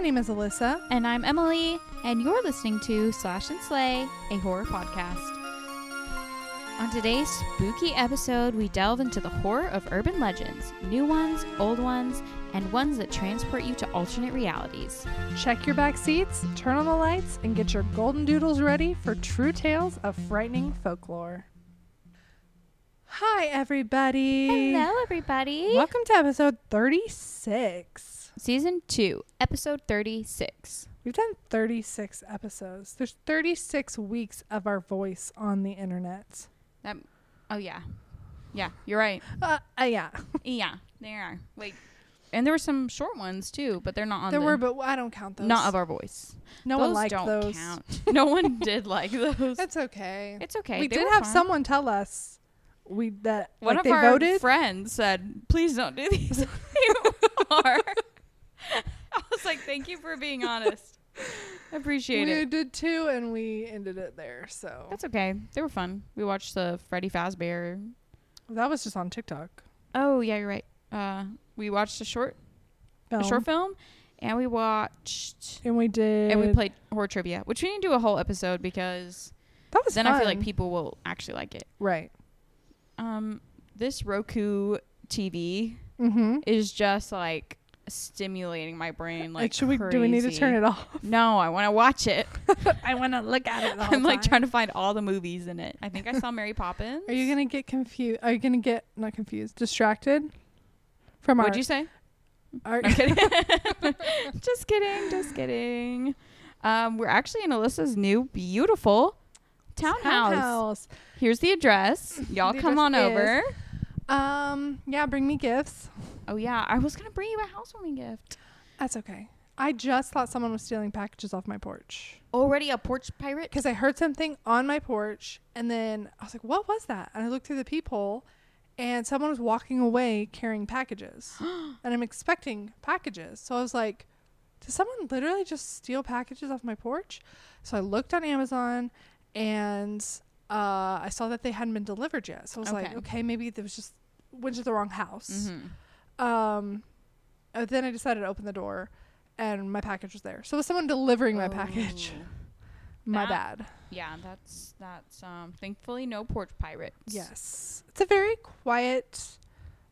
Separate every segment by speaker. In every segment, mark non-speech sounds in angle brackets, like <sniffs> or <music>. Speaker 1: name is Alyssa.
Speaker 2: And I'm Emily, and you're listening to Slash and Slay, a horror podcast. On today's spooky episode, we delve into the horror of urban legends new ones, old ones, and ones that transport you to alternate realities.
Speaker 1: Check your back seats, turn on the lights, and get your golden doodles ready for true tales of frightening folklore. Hi, everybody.
Speaker 2: Hello, everybody.
Speaker 1: Welcome to episode 36.
Speaker 2: Season 2, episode 36.
Speaker 1: We've done 36 episodes. There's 36 weeks of our voice on the internet.
Speaker 2: That, oh, yeah. Yeah, you're <laughs> right.
Speaker 1: Uh, uh, yeah,
Speaker 2: yeah, there are. Like, and there were some short ones too, but they're not on
Speaker 1: there were, but I don't count those.
Speaker 2: not of our voice.
Speaker 1: no
Speaker 2: those
Speaker 1: one liked
Speaker 2: don't
Speaker 1: those.
Speaker 2: count. no one
Speaker 1: <laughs>
Speaker 2: did like those.
Speaker 1: That's okay.
Speaker 2: It's okay.
Speaker 1: we
Speaker 2: they
Speaker 1: did
Speaker 2: were
Speaker 1: have
Speaker 2: fun.
Speaker 1: someone tell us we that
Speaker 2: One
Speaker 1: like
Speaker 2: of
Speaker 1: they
Speaker 2: our
Speaker 1: voted.
Speaker 2: friends said, "Please don't do these <laughs> anymore." <laughs> I was like, "Thank you for being honest. I
Speaker 1: we
Speaker 2: appreciate it."
Speaker 1: did two, and we ended it there. So
Speaker 2: That's okay. They were fun. We watched the Freddy Fazbear.
Speaker 1: that was just on TikTok.
Speaker 2: Oh yeah, you're right. Uh, we watched a short a
Speaker 1: Film.
Speaker 2: short film, and we watched
Speaker 1: and we did.
Speaker 2: and we played horror trivia, which we didn't do a whole episode because
Speaker 1: That was
Speaker 2: then I feel like
Speaker 1: fun.
Speaker 2: people will actually like it.
Speaker 1: Right.
Speaker 2: Um, this Roku TV
Speaker 1: Mm-hmm.
Speaker 2: is just like stimulating my brain. Like,
Speaker 1: Like, Uh, should we? Do we need to turn it off?
Speaker 2: No, I want to watch it.
Speaker 1: I want to look at
Speaker 2: <laughs>
Speaker 1: it.
Speaker 2: I'm like trying to find all the movies in it. I think I
Speaker 1: <laughs>
Speaker 2: saw Mary Poppins.
Speaker 1: Are you gonna get confused? Are you gonna get not confused? Distracted from our
Speaker 2: What'd
Speaker 1: <laughs>
Speaker 2: you say?
Speaker 1: our <laughs>
Speaker 2: I'm kidding. <laughs> just kidding. Just kidding. Um, we're actually in Alyssa's new beautiful townhouse.
Speaker 1: townhouse.
Speaker 2: Here's the address. Y'all
Speaker 1: The
Speaker 2: come
Speaker 1: address
Speaker 2: on
Speaker 1: is-
Speaker 2: over.
Speaker 1: Um. Yeah. Bring me gifts.
Speaker 2: Oh yeah, I was gonna bring you a housewarming gift.
Speaker 1: That's okay. I just thought someone was stealing packages off my porch.
Speaker 2: Already a porch pirate.
Speaker 1: because I heard something on my porch, and then I was like, "What was that?" And I looked through the peephole, and someone was walking away carrying
Speaker 2: <gasps>
Speaker 1: packages, and I'm expecting packages. So I was like, "Did someone literally just steal packages off my porch?" So I looked on Amazon, and uh, I saw that they hadn't been delivered yet. So I was like,
Speaker 2: Okay.
Speaker 1: "Okay, maybe there was just went to the wrong house."
Speaker 2: Mhm.
Speaker 1: Um, and then I decided to open the door. And my package was there. So it was someone delivering my package.
Speaker 2: Oh.
Speaker 1: My
Speaker 2: That-
Speaker 1: bad.
Speaker 2: Yeah, that's that's um thankfully no porch pirates.
Speaker 1: Yes. It's a very quiet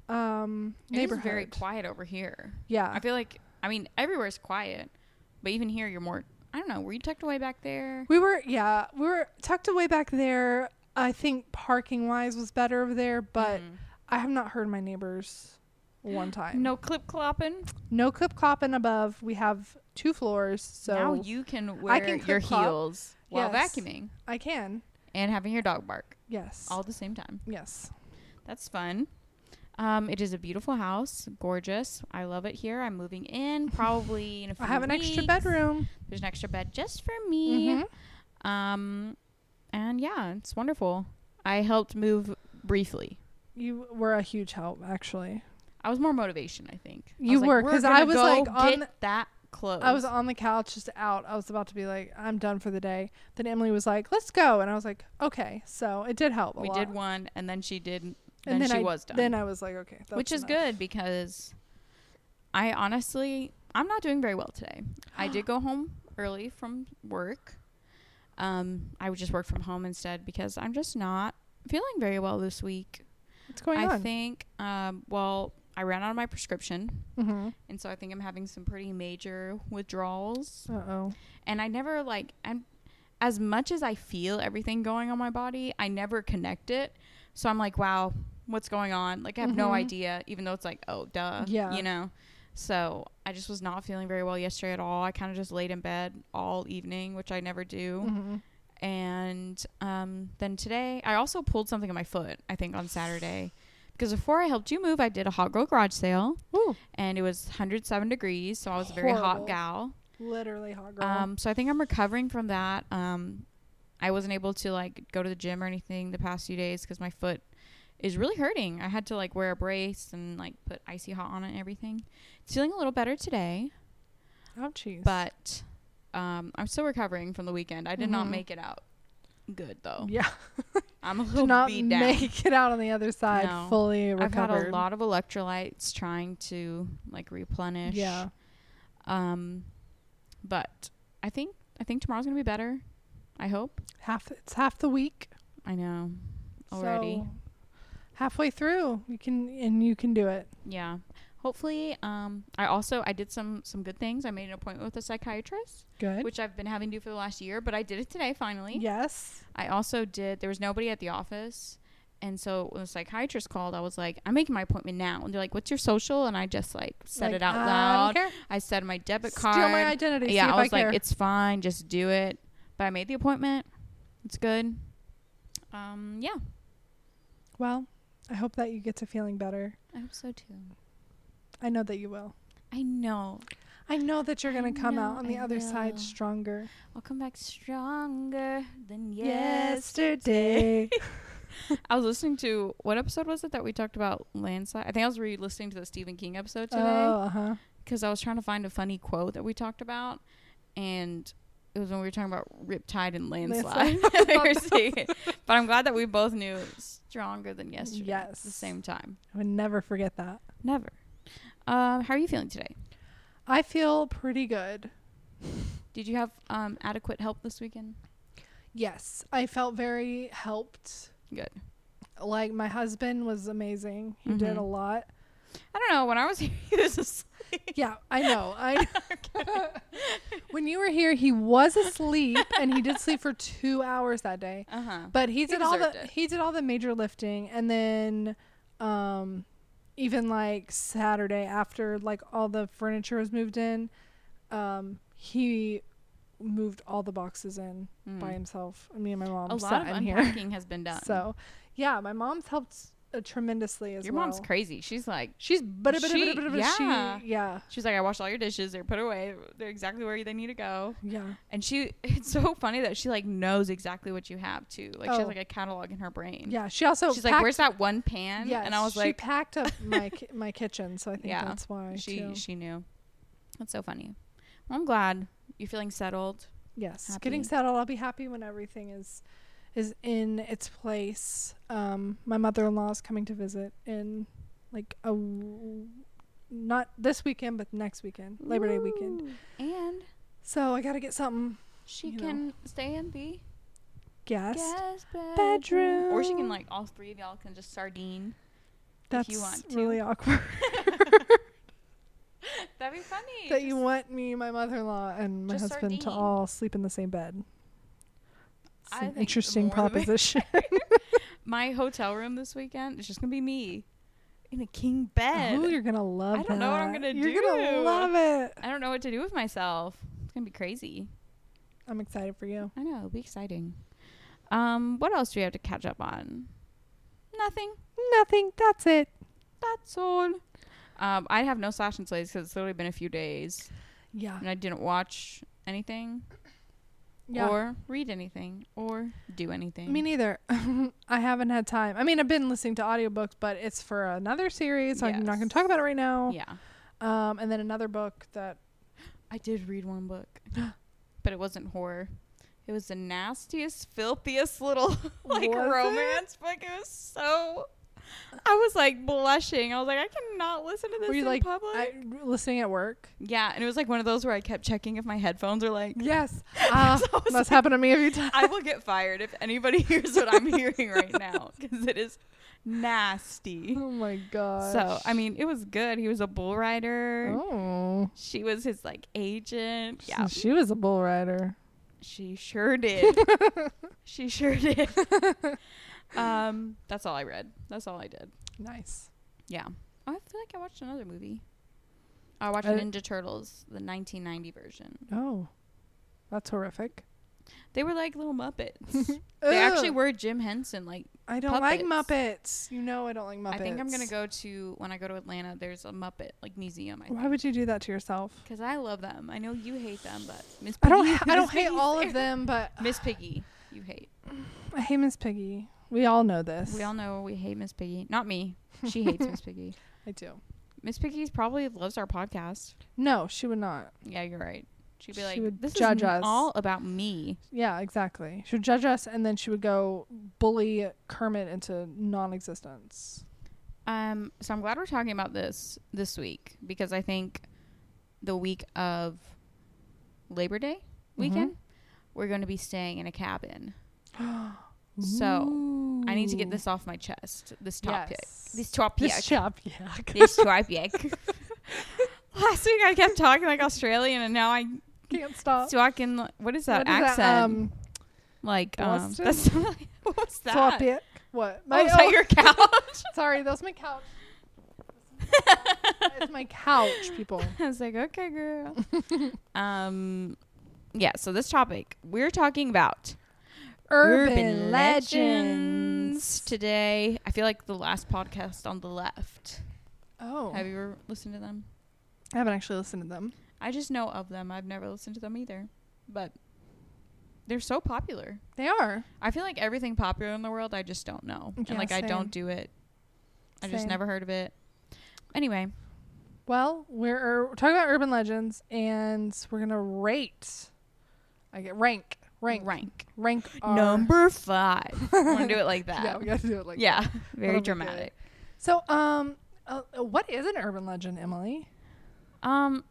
Speaker 1: um
Speaker 2: It is
Speaker 1: neighborhood. Uh,
Speaker 2: very quiet over here. I
Speaker 1: Yeah.
Speaker 2: feel like I mean everywhere's quiet, but even here you're more I don't know, were you tucked away back there?
Speaker 1: We were yeah, we were tucked away back there. I think parking wise was better over there, but
Speaker 2: Mhm.
Speaker 1: I have not heard my neighbors
Speaker 2: <gasps>
Speaker 1: one time.
Speaker 2: no clip clopping.
Speaker 1: No clip clopping above. We have two floors, so
Speaker 2: now you can wear
Speaker 1: can
Speaker 2: your
Speaker 1: clip-clop.
Speaker 2: heels while
Speaker 1: Yes.
Speaker 2: vacuuming
Speaker 1: I can.
Speaker 2: and having your dog bark
Speaker 1: Yes.
Speaker 2: all at the same time.
Speaker 1: yes.
Speaker 2: That's fun. Um, it is a beautiful house, gorgeous. I love it here. I'm moving in probably in a
Speaker 1: <laughs>
Speaker 2: few
Speaker 1: I have an extra
Speaker 2: weeks.
Speaker 1: bedroom.
Speaker 2: There's an extra bed just for me.
Speaker 1: Mhm.
Speaker 2: Um, and yeah, it's wonderful. I helped move briefly.
Speaker 1: You were a huge help actually.
Speaker 2: I was more motivation, I think.
Speaker 1: You
Speaker 2: like,
Speaker 1: were, 'cause
Speaker 2: gonna
Speaker 1: I was,
Speaker 2: go
Speaker 1: like, on
Speaker 2: get
Speaker 1: the-
Speaker 2: that close.
Speaker 1: I was on the couch, just out. I was about to be like, I'm done for the day. Then Emily was like, let's go. And I was like, okay. So it did help a
Speaker 2: we
Speaker 1: lot.
Speaker 2: did one, and then she did. Then,
Speaker 1: And
Speaker 2: she
Speaker 1: I,
Speaker 2: was done,
Speaker 1: Then I was like, okay.
Speaker 2: which
Speaker 1: that's
Speaker 2: is
Speaker 1: enough.
Speaker 2: good because I honestly I'm not doing very well today.
Speaker 1: <gasps>
Speaker 2: I did go home early from work. Um, I would just work from home instead because I'm just not feeling very well this week.
Speaker 1: What's going
Speaker 2: I
Speaker 1: on?
Speaker 2: think. Um, well, I ran out of my prescription.
Speaker 1: Mhm.
Speaker 2: and so I think I'm having some pretty major withdrawals.
Speaker 1: Uh-oh.
Speaker 2: And I never like I'm as much as I feel everything going on my body, I never connect it. So I'm like, wow, what's going on? Like I have no
Speaker 1: Mhm.
Speaker 2: idea, even though it's like, oh duh.
Speaker 1: Yeah.
Speaker 2: You know? So I just was not feeling very well yesterday at all. I kind of just laid in bed all evening, which I never do.
Speaker 1: Mhm.
Speaker 2: And um, then today, I also pulled something in my foot, I think, on Saturday. Because before I helped you move, I did a hot girl garage sale
Speaker 1: Ooh,
Speaker 2: and it was 107 degrees, so I was a very hot
Speaker 1: Horrible.
Speaker 2: gal.
Speaker 1: literally hot girl.
Speaker 2: Um, so I think I'm recovering from that. Um, I wasn't able to like go to the gym or anything the past few days because my foot is really hurting. I had to like wear a brace and like put icy hot on it and everything. It's feeling a little better today,
Speaker 1: oh, jeez.
Speaker 2: but um, I'm still recovering from the weekend. I did not
Speaker 1: Mhm.
Speaker 2: make it out good though.
Speaker 1: yeah,
Speaker 2: I'm a little
Speaker 1: <laughs> did not
Speaker 2: beat down.
Speaker 1: make it out on the other side
Speaker 2: No.
Speaker 1: fully recovered.
Speaker 2: I've had a lot of electrolytes trying to like replenish.
Speaker 1: Yeah.
Speaker 2: Um, But I think I think tomorrow's gonna be better. I hope.
Speaker 1: Half it's half the week
Speaker 2: I know. Already.
Speaker 1: so halfway through, you can and you can do it.
Speaker 2: Yeah. Hopefully, um, I also I did some some good things. I made an appointment with a psychiatrist,
Speaker 1: Good.
Speaker 2: which I've been having to do for the last year, but I did it today finally.
Speaker 1: Yes.
Speaker 2: I also did. There was nobody at the office, and so when the psychiatrist called, I was like, "I'm making my appointment now," and they're like, "What's your social?" And I just like said
Speaker 1: Like,
Speaker 2: it out
Speaker 1: I don't
Speaker 2: loud.
Speaker 1: care.
Speaker 2: I said my debit
Speaker 1: Steal
Speaker 2: card.
Speaker 1: my identity. see
Speaker 2: yeah,
Speaker 1: if
Speaker 2: I was like,
Speaker 1: care.
Speaker 2: "It's fine, just do it." But I made the appointment. It's good. Um, yeah,
Speaker 1: well, I hope that you get to feeling better.
Speaker 2: I hope so too.
Speaker 1: I know that you will.
Speaker 2: I know
Speaker 1: I know that you're
Speaker 2: I
Speaker 1: gonna come
Speaker 2: know,
Speaker 1: out on the
Speaker 2: I
Speaker 1: other
Speaker 2: know.
Speaker 1: side stronger.
Speaker 2: I'll come back stronger than yes.
Speaker 1: <laughs> Yesterday.
Speaker 2: I was listening to what episode was it that we talked about landslide? I think I was re-listening to the Stephen King episode
Speaker 1: oh,
Speaker 2: today.
Speaker 1: uh huh.
Speaker 2: because I was trying to find a funny quote that we talked about, and it was when we were talking about riptide and landslide.
Speaker 1: Landslide.
Speaker 2: <laughs> We were saying it. But I'm glad that we both knew stronger than yesterday.
Speaker 1: Yes.
Speaker 2: at the same time.
Speaker 1: I would never forget that.
Speaker 2: Never. Um, how are you feeling today?
Speaker 1: I feel pretty good.
Speaker 2: Did you have um, adequate help this weekend?
Speaker 1: Yes, I felt very helped.
Speaker 2: Good.
Speaker 1: Like my husband was amazing. He did
Speaker 2: Mhm.
Speaker 1: a lot.
Speaker 2: I don't know. When I was <laughs> here, he was asleep. <laughs>
Speaker 1: Yeah, I know. I <laughs> when you were here, he was asleep, and he did sleep for two hours that day.
Speaker 2: Uh huh.
Speaker 1: But he
Speaker 2: He
Speaker 1: did all
Speaker 2: deserved
Speaker 1: the
Speaker 2: it.
Speaker 1: he did all the major lifting, and then, um, even like Saturday after like all the furniture was moved in, um, he moved all the boxes in by himself. Me and my mom
Speaker 2: A Hmm. lot
Speaker 1: sat
Speaker 2: of
Speaker 1: in here.
Speaker 2: unpacking has been <laughs> done.
Speaker 1: So, yeah, my mom's helped uh, tremendously as
Speaker 2: your
Speaker 1: well.
Speaker 2: mom's crazy. She's like,
Speaker 1: She's but
Speaker 2: She-
Speaker 1: yeah.
Speaker 2: yeah.
Speaker 1: she yeah
Speaker 2: she's like, I washed all your dishes. They're put away. They're exactly where they need to go.
Speaker 1: yeah
Speaker 2: And she, <laughs> it's so funny that she like knows exactly what you have too. Like she
Speaker 1: Oh.
Speaker 2: has like a catalog in her brain.
Speaker 1: yeah. She also
Speaker 2: She's like,
Speaker 1: packed-
Speaker 2: where's that one pan?
Speaker 1: Yes,
Speaker 2: and I was
Speaker 1: she
Speaker 2: like,
Speaker 1: packed up
Speaker 2: <laughs>
Speaker 1: my ki- my kitchen, so I think
Speaker 2: Yeah.
Speaker 1: that's why
Speaker 2: she
Speaker 1: too.
Speaker 2: she knew. That's so funny. Well, I'm glad you're feeling settled.
Speaker 1: yes,
Speaker 2: happy.
Speaker 1: getting settled. I'll be happy when everything is is in its place. Um, my mother in law is coming to visit in like a w- not this weekend, but next weekend, Labor Day weekend.
Speaker 2: Ooh. And
Speaker 1: So I gotta get something
Speaker 2: she
Speaker 1: You know.
Speaker 2: can stay in the
Speaker 1: guest.
Speaker 2: guest bedroom.
Speaker 1: bedroom.
Speaker 2: or she can like all three of y'all can just sardine.
Speaker 1: That's
Speaker 2: if you want to.
Speaker 1: really awkward.
Speaker 2: <laughs> That'd be
Speaker 1: <laughs>
Speaker 2: funny.
Speaker 1: that you
Speaker 2: Just-
Speaker 1: want me, my mother in law, and my
Speaker 2: Just
Speaker 1: husband to
Speaker 2: sardine.
Speaker 1: all sleep in the same bed. It's
Speaker 2: I
Speaker 1: an
Speaker 2: think the
Speaker 1: interesting
Speaker 2: more the merrier.
Speaker 1: proposition.
Speaker 2: <laughs> my hotel room this weekend is just gonna be me in a king
Speaker 1: <laughs>
Speaker 2: bed.
Speaker 1: Oh, you're gonna love.
Speaker 2: I don't know what I'm
Speaker 1: that.
Speaker 2: gonna
Speaker 1: You're gonna
Speaker 2: do.
Speaker 1: love it.
Speaker 2: I don't know what to do with myself. It's gonna be crazy.
Speaker 1: I'm excited for you.
Speaker 2: I know, it'll be exciting. Um, what else do we have to catch up on? Nothing.
Speaker 1: Nothing. That's it.
Speaker 2: That's all. Um, I have no slash and slays because it's literally been a few days
Speaker 1: Yeah.
Speaker 2: and I didn't watch anything
Speaker 1: Yeah.
Speaker 2: or read anything or do anything.
Speaker 1: me neither. <laughs> I haven't had time. I mean, I've been listening to audiobooks, but it's for another series, so I'm not going
Speaker 2: Yes.
Speaker 1: to talk about it right now.
Speaker 2: yeah,
Speaker 1: Um, and then another book that
Speaker 2: I did read
Speaker 1: <gasps>
Speaker 2: one book, but it wasn't horror. It was the nastiest, filthiest little <laughs> like
Speaker 1: Was it?
Speaker 2: romance book. It was so. I was like blushing. I was like, I cannot listen to this
Speaker 1: were you
Speaker 2: in
Speaker 1: like
Speaker 2: public.
Speaker 1: I, listening at
Speaker 2: <laughs>
Speaker 1: work?
Speaker 2: Yeah, and it was like one of those where I kept checking if my headphones are like. <laughs>
Speaker 1: Yes. Uh,
Speaker 2: So I was
Speaker 1: that's happened to me
Speaker 2: <laughs>
Speaker 1: a few times.
Speaker 2: I will get fired if anybody <laughs> hears what I'm hearing right now because it is nasty.
Speaker 1: <laughs> Oh my god.
Speaker 2: So I mean, it was good. He was a bull rider.
Speaker 1: Oh.
Speaker 2: She was his like agent.
Speaker 1: Yeah.
Speaker 2: Yeah,
Speaker 1: She was a bull rider.
Speaker 2: she sure
Speaker 1: <laughs>
Speaker 2: did. she sure did. um, that's all I read. That's all I did.
Speaker 1: Nice.
Speaker 2: Yeah. Oh, I feel like I watched another movie. I watched
Speaker 1: I-
Speaker 2: Ninja Turtles, the 1990 version.
Speaker 1: Oh. That's horrific.
Speaker 2: They were like little
Speaker 1: <laughs>
Speaker 2: Muppets. they actually
Speaker 1: Ugh.
Speaker 2: were Jim Henson. Like
Speaker 1: I don't like Muppets. You know I don't like Muppets.
Speaker 2: I think I'm gonna go to when I go to Atlanta. There's a Muppet like museum. I
Speaker 1: Why would you do that to yourself?
Speaker 2: Because I love them. I know you hate them, but Miss
Speaker 1: I
Speaker 2: Piggy,
Speaker 1: don't. ha- I
Speaker 2: <laughs>
Speaker 1: don't
Speaker 2: Miss
Speaker 1: hate
Speaker 2: Piggy's
Speaker 1: all of
Speaker 2: there.
Speaker 1: them, <laughs> but
Speaker 2: Miss Piggy, you hate.
Speaker 1: I hate Miss Piggy. We all know this.
Speaker 2: We all know we hate Miss Piggy. Not me. She hates Miss Piggy.
Speaker 1: I do.
Speaker 2: <laughs> Miss Piggy probably loves our podcast.
Speaker 1: No, she would not.
Speaker 2: Yeah, you're right. She'd be
Speaker 1: She
Speaker 2: like,
Speaker 1: would
Speaker 2: "This
Speaker 1: judge
Speaker 2: is n-
Speaker 1: us."
Speaker 2: all about me."
Speaker 1: Yeah, exactly. She would judge us, and then she would go bully Kermit into
Speaker 2: <gasps>
Speaker 1: non-existence.
Speaker 2: Um, so I'm glad we're talking about this this week because I think the week of Labor Day weekend, we're going to be staying in a cabin.
Speaker 1: so
Speaker 2: I need to get this off my chest. This topic.
Speaker 1: Yes.
Speaker 2: This topic.
Speaker 1: This chop, yeah.
Speaker 2: <laughs> this topic. Last week I kept talking like Australian, and now I
Speaker 1: Can't stop.
Speaker 2: talking. li- Oh. What is that
Speaker 1: What is
Speaker 2: accent?
Speaker 1: um,
Speaker 2: like um,
Speaker 1: Boston?
Speaker 2: that's <laughs> what's that?
Speaker 1: topic. What?
Speaker 2: Oh,
Speaker 1: My,
Speaker 2: is that
Speaker 1: oh,
Speaker 2: <laughs> your couch?
Speaker 1: sorry, that's my couch. It's my
Speaker 2: <laughs>
Speaker 1: couch, people.
Speaker 2: I was like, okay, <laughs> girl. um, yeah. So this topic we're talking about today. I feel like the last podcast on the left.
Speaker 1: Oh,
Speaker 2: Have you ever listened to them?
Speaker 1: I haven't actually listened to them.
Speaker 2: I just know of them. I've never listened to them either, but they're so popular.
Speaker 1: They are.
Speaker 2: I feel like everything popular in the world, I just don't know,
Speaker 1: Yeah,
Speaker 2: and like I don't
Speaker 1: same.
Speaker 2: do it. I just
Speaker 1: Same.
Speaker 2: never heard of it. Anyway,
Speaker 1: Well, we're, ur- we're talking about urban legends, and we're gonna rate. I get rank, rank,
Speaker 2: rank
Speaker 1: rank. Our,
Speaker 2: number five. I'm gonna do it like that.
Speaker 1: <laughs> Yeah, we gotta do it like.
Speaker 2: Yeah, <laughs> very
Speaker 1: That'll be good.
Speaker 2: dramatic.
Speaker 1: So, um, uh, what is an urban legend, Emily?
Speaker 2: Um,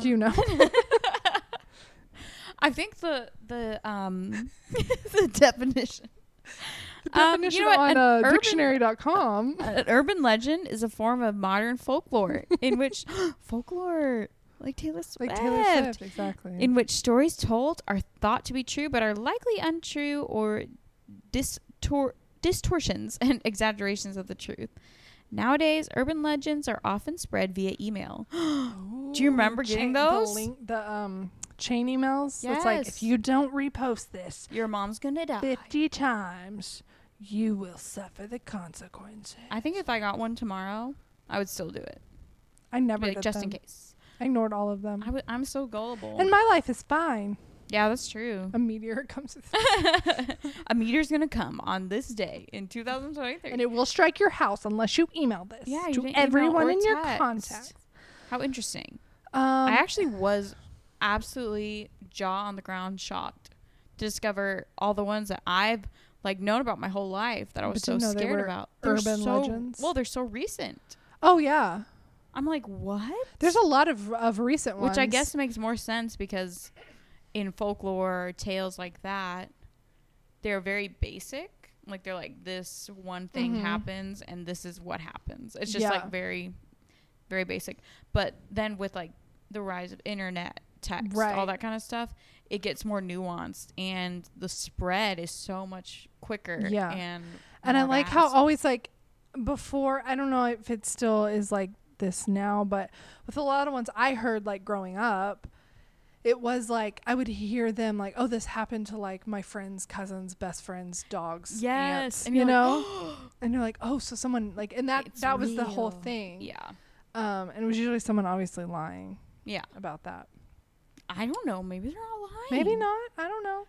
Speaker 1: Do you know? <laughs>
Speaker 2: I think the the
Speaker 1: <laughs>
Speaker 2: um <laughs> the definition. Um, you
Speaker 1: Definition
Speaker 2: know what?
Speaker 1: on
Speaker 2: An
Speaker 1: uh,
Speaker 2: urban-
Speaker 1: dictionary.com.
Speaker 2: <laughs> An urban legend is a form of modern folklore in
Speaker 1: <laughs>
Speaker 2: which <gasps> folklore, like Taylor Swift,
Speaker 1: like Taylor Swift, exactly.
Speaker 2: in which stories told are thought to be true but are likely untrue or distor- distortions <laughs> and exaggerations of the truth. Nowadays, urban legends are often spread via email.
Speaker 1: <gasps>
Speaker 2: Do you
Speaker 1: Ooh,
Speaker 2: remember getting those?
Speaker 1: The, link, the um, chain emails. It's like
Speaker 2: Yes. Uh,
Speaker 1: if you don't repost this
Speaker 2: Your mom's gonna die.
Speaker 1: fifty times, you will suffer the consequences.
Speaker 2: I think if I got one tomorrow, I would still do it.
Speaker 1: I never
Speaker 2: Like,
Speaker 1: did
Speaker 2: just in
Speaker 1: them.
Speaker 2: case.
Speaker 1: I ignored all of them,
Speaker 2: I would, I'm so gullible.
Speaker 1: and my life is fine.
Speaker 2: yeah, that's true.
Speaker 1: A meteor <laughs> comes with-
Speaker 2: <laughs> A meteor's gonna come on this day in 2023.
Speaker 1: and it will strike your house unless you email this
Speaker 2: Yeah, you
Speaker 1: to
Speaker 2: didn't email
Speaker 1: everyone
Speaker 2: or
Speaker 1: in your
Speaker 2: text.
Speaker 1: contacts.
Speaker 2: How interesting.
Speaker 1: Um,
Speaker 2: I actually was absolutely jaw on the ground shocked to discover all the ones that I've like known about my whole life that I
Speaker 1: But
Speaker 2: was so
Speaker 1: didn't know they
Speaker 2: scared
Speaker 1: were
Speaker 2: about.
Speaker 1: urban
Speaker 2: so,
Speaker 1: legends?
Speaker 2: Well, they're so recent.
Speaker 1: oh yeah,
Speaker 2: I'm like, what?
Speaker 1: there's a lot of of recent ones.
Speaker 2: Which I guess makes more sense because in folklore tales like that, they're very basic. Like they're like this one thing
Speaker 1: Mhm.
Speaker 2: happens and this is what happens. It's just
Speaker 1: Yeah.
Speaker 2: like very very basic. But then with like the rise of internet text, all
Speaker 1: Right.
Speaker 2: that kind of stuff, it gets more nuanced and the spread is so much quicker.
Speaker 1: Yeah.
Speaker 2: And
Speaker 1: And I
Speaker 2: more
Speaker 1: like how
Speaker 2: vast.
Speaker 1: always like before I don't know if it still is like this now, but with a lot of ones I heard like growing up, it was like I would hear them like, Oh, this happened to like my friend's cousin's best friend's dogs.
Speaker 2: Yes.
Speaker 1: aunts,"
Speaker 2: And
Speaker 1: you
Speaker 2: you're
Speaker 1: know?
Speaker 2: like,
Speaker 1: and you're like, Oh, so someone like and that
Speaker 2: It's
Speaker 1: that was the whole
Speaker 2: real.
Speaker 1: thing.
Speaker 2: <gasps> Yeah.
Speaker 1: Um and it was usually someone obviously lying
Speaker 2: Yeah.
Speaker 1: about that.
Speaker 2: I don't know. Maybe they're all lying.
Speaker 1: Maybe not. I don't know.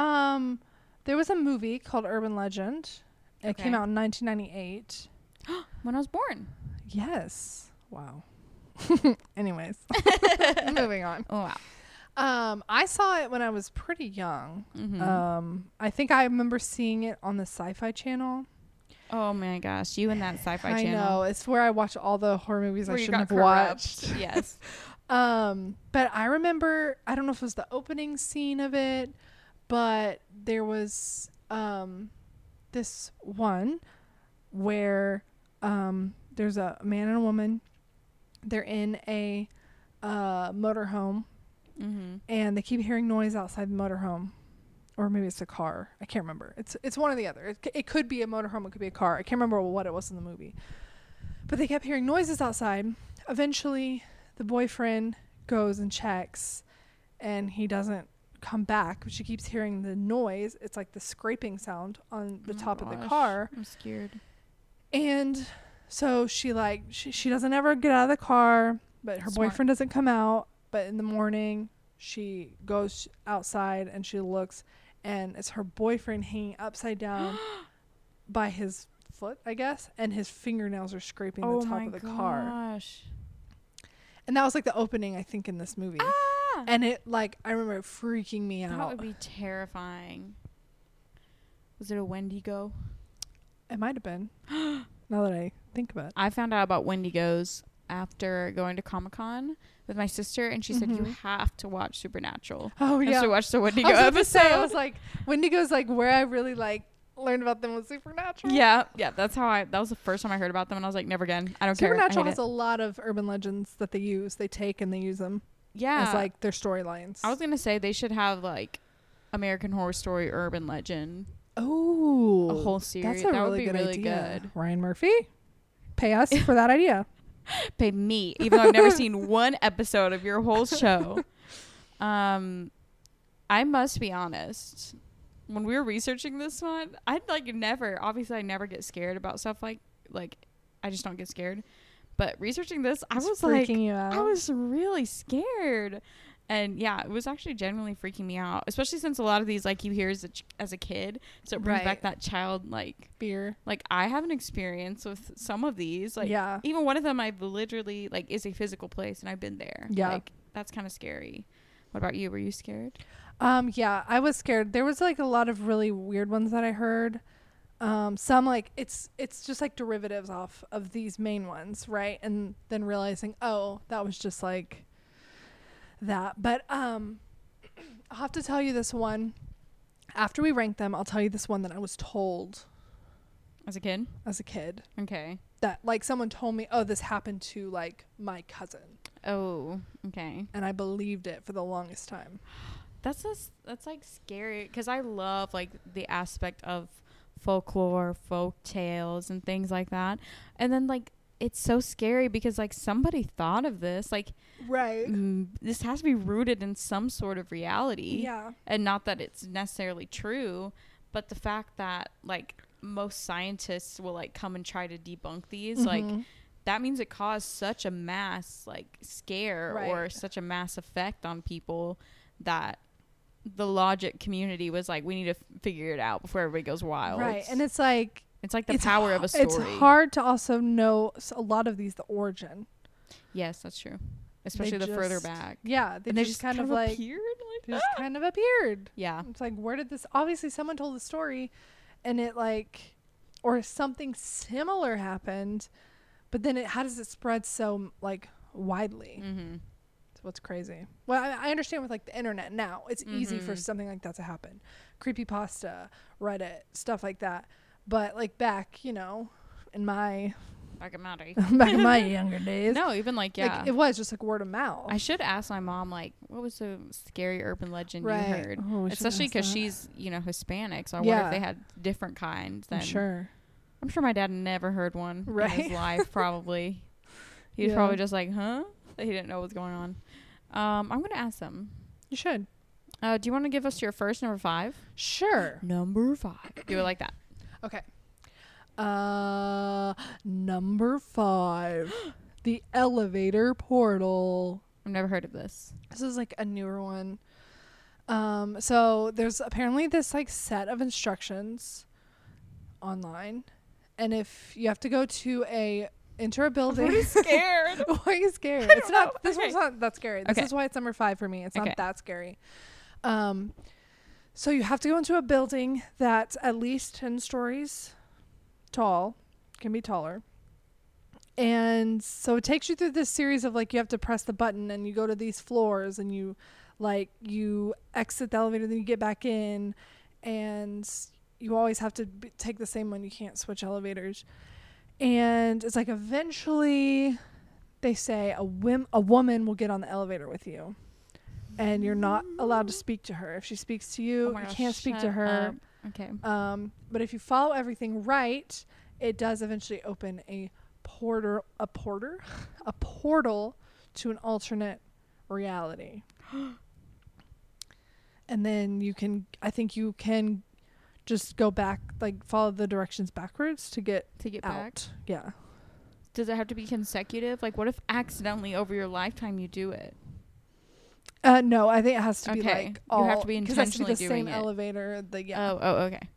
Speaker 1: Um there was a movie called Urban Legend. It
Speaker 2: Okay.
Speaker 1: came out in nineteen ninety eight.
Speaker 2: When I was born.
Speaker 1: Yes. Wow. <laughs>
Speaker 2: <laughs>
Speaker 1: Anyways, moving on.
Speaker 2: Oh wow.
Speaker 1: Um, I saw it when I was pretty young.
Speaker 2: Mm-hmm.
Speaker 1: Um, I think I remember seeing it on the Sci-Fi Channel.
Speaker 2: Oh my gosh, you and that sci-fi
Speaker 1: I
Speaker 2: channel.
Speaker 1: know it's where I watch all the horror movies
Speaker 2: Where
Speaker 1: I
Speaker 2: you
Speaker 1: shouldn't have
Speaker 2: got
Speaker 1: <laughs>
Speaker 2: corrupt.
Speaker 1: watched.
Speaker 2: Yes.
Speaker 1: Um, but I remember I don't know if it was the opening scene of it, but there was um, this one where um, there's a man and a woman. They're in a uh, motorhome,
Speaker 2: mm-hmm.
Speaker 1: and they keep hearing noise outside the motorhome, or maybe it's a car. I can't remember. It's it's one or the other. It, c- it could be a motorhome. It could be a car. I can't remember what it was in the movie, but they kept hearing noises outside. Eventually, the boyfriend goes and checks, and he doesn't come back. But she keeps hearing the noise. It's like the scraping sound on the
Speaker 2: Oh my
Speaker 1: top of the
Speaker 2: gosh.
Speaker 1: car.
Speaker 2: I'm scared.
Speaker 1: And so she like she, she doesn't ever get out of the car, but her
Speaker 2: Smart.
Speaker 1: boyfriend doesn't come out. But in the morning, she goes outside and she looks, and it's her boyfriend hanging upside
Speaker 2: <gasps>
Speaker 1: down by his foot, I guess, and his fingernails are scraping the top of the car.
Speaker 2: Oh gosh.
Speaker 1: And that was like the opening, I think, in this movie.
Speaker 2: Ah!
Speaker 1: And it like I remember it freaking me
Speaker 2: That would
Speaker 1: out.
Speaker 2: be terrifying. Was it a Wendigo? <gasps>
Speaker 1: It might have been. now that I think about it,
Speaker 2: I found out about Wendigos after going to Comic Con with my sister, and she said you
Speaker 1: Mhm.
Speaker 2: have to watch Supernatural.
Speaker 1: Oh
Speaker 2: You
Speaker 1: yeah.
Speaker 2: have to watch the
Speaker 1: <laughs>
Speaker 2: Wendigo
Speaker 1: I was about to
Speaker 2: episode.
Speaker 1: say, I was like, Wendigo's like where I really like learned about them was Supernatural.
Speaker 2: yeah, yeah, that's how I. That was the first time I heard about them, and I was like, never again. I don't
Speaker 1: Supernatural
Speaker 2: care. I hate
Speaker 1: has
Speaker 2: it.
Speaker 1: a lot of urban legends that they use. They take and they use them
Speaker 2: yeah.
Speaker 1: as like their storylines.
Speaker 2: I was gonna say they should have like American Horror Story, Urban Legend,
Speaker 1: oh,
Speaker 2: a whole series. that would be really good.
Speaker 1: Ryan Murphy, pay
Speaker 2: <laughs>
Speaker 1: us for that idea.
Speaker 2: pay me, even though I've never seen <laughs> one episode of your whole <laughs> show. Um, I must be honest. When we were researching this one, I'd like never. Obviously, I never get scared about stuff like like I just don't get scared. But researching this, I
Speaker 1: It's
Speaker 2: was
Speaker 1: freaking
Speaker 2: like,
Speaker 1: you out.
Speaker 2: I was really scared. And yeah, it was actually genuinely freaking me out, especially since a lot of these like you hear as a, ch- as a kid, so it brings
Speaker 1: Right.
Speaker 2: back that child like
Speaker 1: fear.
Speaker 2: like I have an experience with some of these like
Speaker 1: yeah,
Speaker 2: even one of them I've literally like is a physical place and I've been there.
Speaker 1: Yeah.
Speaker 2: Like that's kind of scary. What about you? Were you scared?
Speaker 1: um, yeah. I was scared. There was like a lot of really weird ones that I heard. Um, some like it's it's just like derivatives off of these main ones, right? And then realizing, oh, that was just like that. But um, <clears throat> I'll have to tell you this one. After we rank them, I'll tell you this one that I was told
Speaker 2: As a kid?
Speaker 1: as a kid
Speaker 2: Okay.
Speaker 1: that like someone told me, oh, this happened to like my cousin,
Speaker 2: Oh, okay.
Speaker 1: and I believed it for the longest time.
Speaker 2: That's just, that's like scary cuz I love like the aspect of folklore, folk tales and things like that. And then like it's so scary because like somebody thought of this. Like
Speaker 1: Right.
Speaker 2: mm, this has to be rooted in some sort of reality.
Speaker 1: Yeah.
Speaker 2: and not that it's necessarily true but the fact that like most scientists will like come and try to debunk these like
Speaker 1: Mhm.
Speaker 2: that means it caused such a mass like scare or
Speaker 1: Right.
Speaker 2: such a mass effect on people that the logic community was like we need to f- figure it out before everybody goes wild
Speaker 1: right, and it's like
Speaker 2: it's like the
Speaker 1: it's
Speaker 2: power of
Speaker 1: ha-
Speaker 2: a story
Speaker 1: It's hard to also know s- a lot of these the origin.
Speaker 2: yes that's true especially the further
Speaker 1: just-
Speaker 2: back
Speaker 1: Yeah, they,
Speaker 2: and
Speaker 1: just, kind, of, like
Speaker 2: appeared like
Speaker 1: they just kind of appeared.
Speaker 2: yeah
Speaker 1: It's like where did this? Obviously, someone told the story, and it like, or something similar happened, but then it how does it spread so like widely?
Speaker 2: mm-hmm.
Speaker 1: It's what's crazy. Well, I, I understand with like the internet now, it's easy for
Speaker 2: Mhm.
Speaker 1: something like that to happen. Creepy pasta, Reddit, stuff like that. But like back, you know, in my <laughs>
Speaker 2: back at Maddie.
Speaker 1: back
Speaker 2: <laughs>
Speaker 1: in my younger days,
Speaker 2: no even like yeah
Speaker 1: like it was just like word of mouth.
Speaker 2: I should ask my mom like what was the scary urban legend you heard,
Speaker 1: Oh, we should
Speaker 2: especially
Speaker 1: ask
Speaker 2: because
Speaker 1: that.
Speaker 2: she's you know Hispanic. So I
Speaker 1: Yeah.
Speaker 2: wonder if they had different kinds. Then
Speaker 1: I'm sure.
Speaker 2: I'm sure my dad never heard one in
Speaker 1: Right. <laughs>
Speaker 2: his life. Probably he was
Speaker 1: Yeah.
Speaker 2: probably just like, huh? He didn't know what's going on. Um, I'm gonna ask them.
Speaker 1: You should.
Speaker 2: Uh, do you want to give us your first number five?
Speaker 1: Sure.
Speaker 2: Number five. Do it like that.
Speaker 1: Okay. Uh number <gasps> 5, the elevator portal.
Speaker 2: I've never heard of this.
Speaker 1: This is like a newer one. Um, so there's apparently this like set of instructions online, and if you have to go to a enter a building,
Speaker 2: I'm <laughs> scared.
Speaker 1: <laughs> why are you scared?
Speaker 2: I
Speaker 1: It's
Speaker 2: don't
Speaker 1: not.
Speaker 2: know.
Speaker 1: This one's
Speaker 2: Okay.
Speaker 1: not that scary. This
Speaker 2: Okay.
Speaker 1: is why it's number five for me. It's
Speaker 2: Okay.
Speaker 1: not that scary. Um, so you have to go into a building that's at least ten stories tall, can be taller, and so it takes you through this series of like you have to press the button and you go to these floors and you like you exit the elevator then you get back in and you always have to b- take the same one you can't switch elevators and it's like eventually they say a whim a woman will get on the elevator with you and you're not allowed to speak to her if she speaks to you
Speaker 2: Oh my
Speaker 1: you
Speaker 2: gosh,
Speaker 1: can't speak to
Speaker 2: shut
Speaker 1: her
Speaker 2: up. Okay.
Speaker 1: um, but if you follow everything right it does eventually open a porter a porter <laughs> a portal to an alternate reality <gasps> and then you can i think you can just go back like follow the directions backwards to get
Speaker 2: To get
Speaker 1: out
Speaker 2: back.
Speaker 1: yeah
Speaker 2: Does it have to be consecutive? Like, what if accidentally over your lifetime you do it?
Speaker 1: Uh, no, I think it has to be
Speaker 2: Okay.
Speaker 1: like
Speaker 2: You
Speaker 1: all.
Speaker 2: have to be
Speaker 1: 'cause it has to be
Speaker 2: intentionally doing
Speaker 1: the same
Speaker 2: it.
Speaker 1: elevator. The yeah.
Speaker 2: Oh, oh, okay.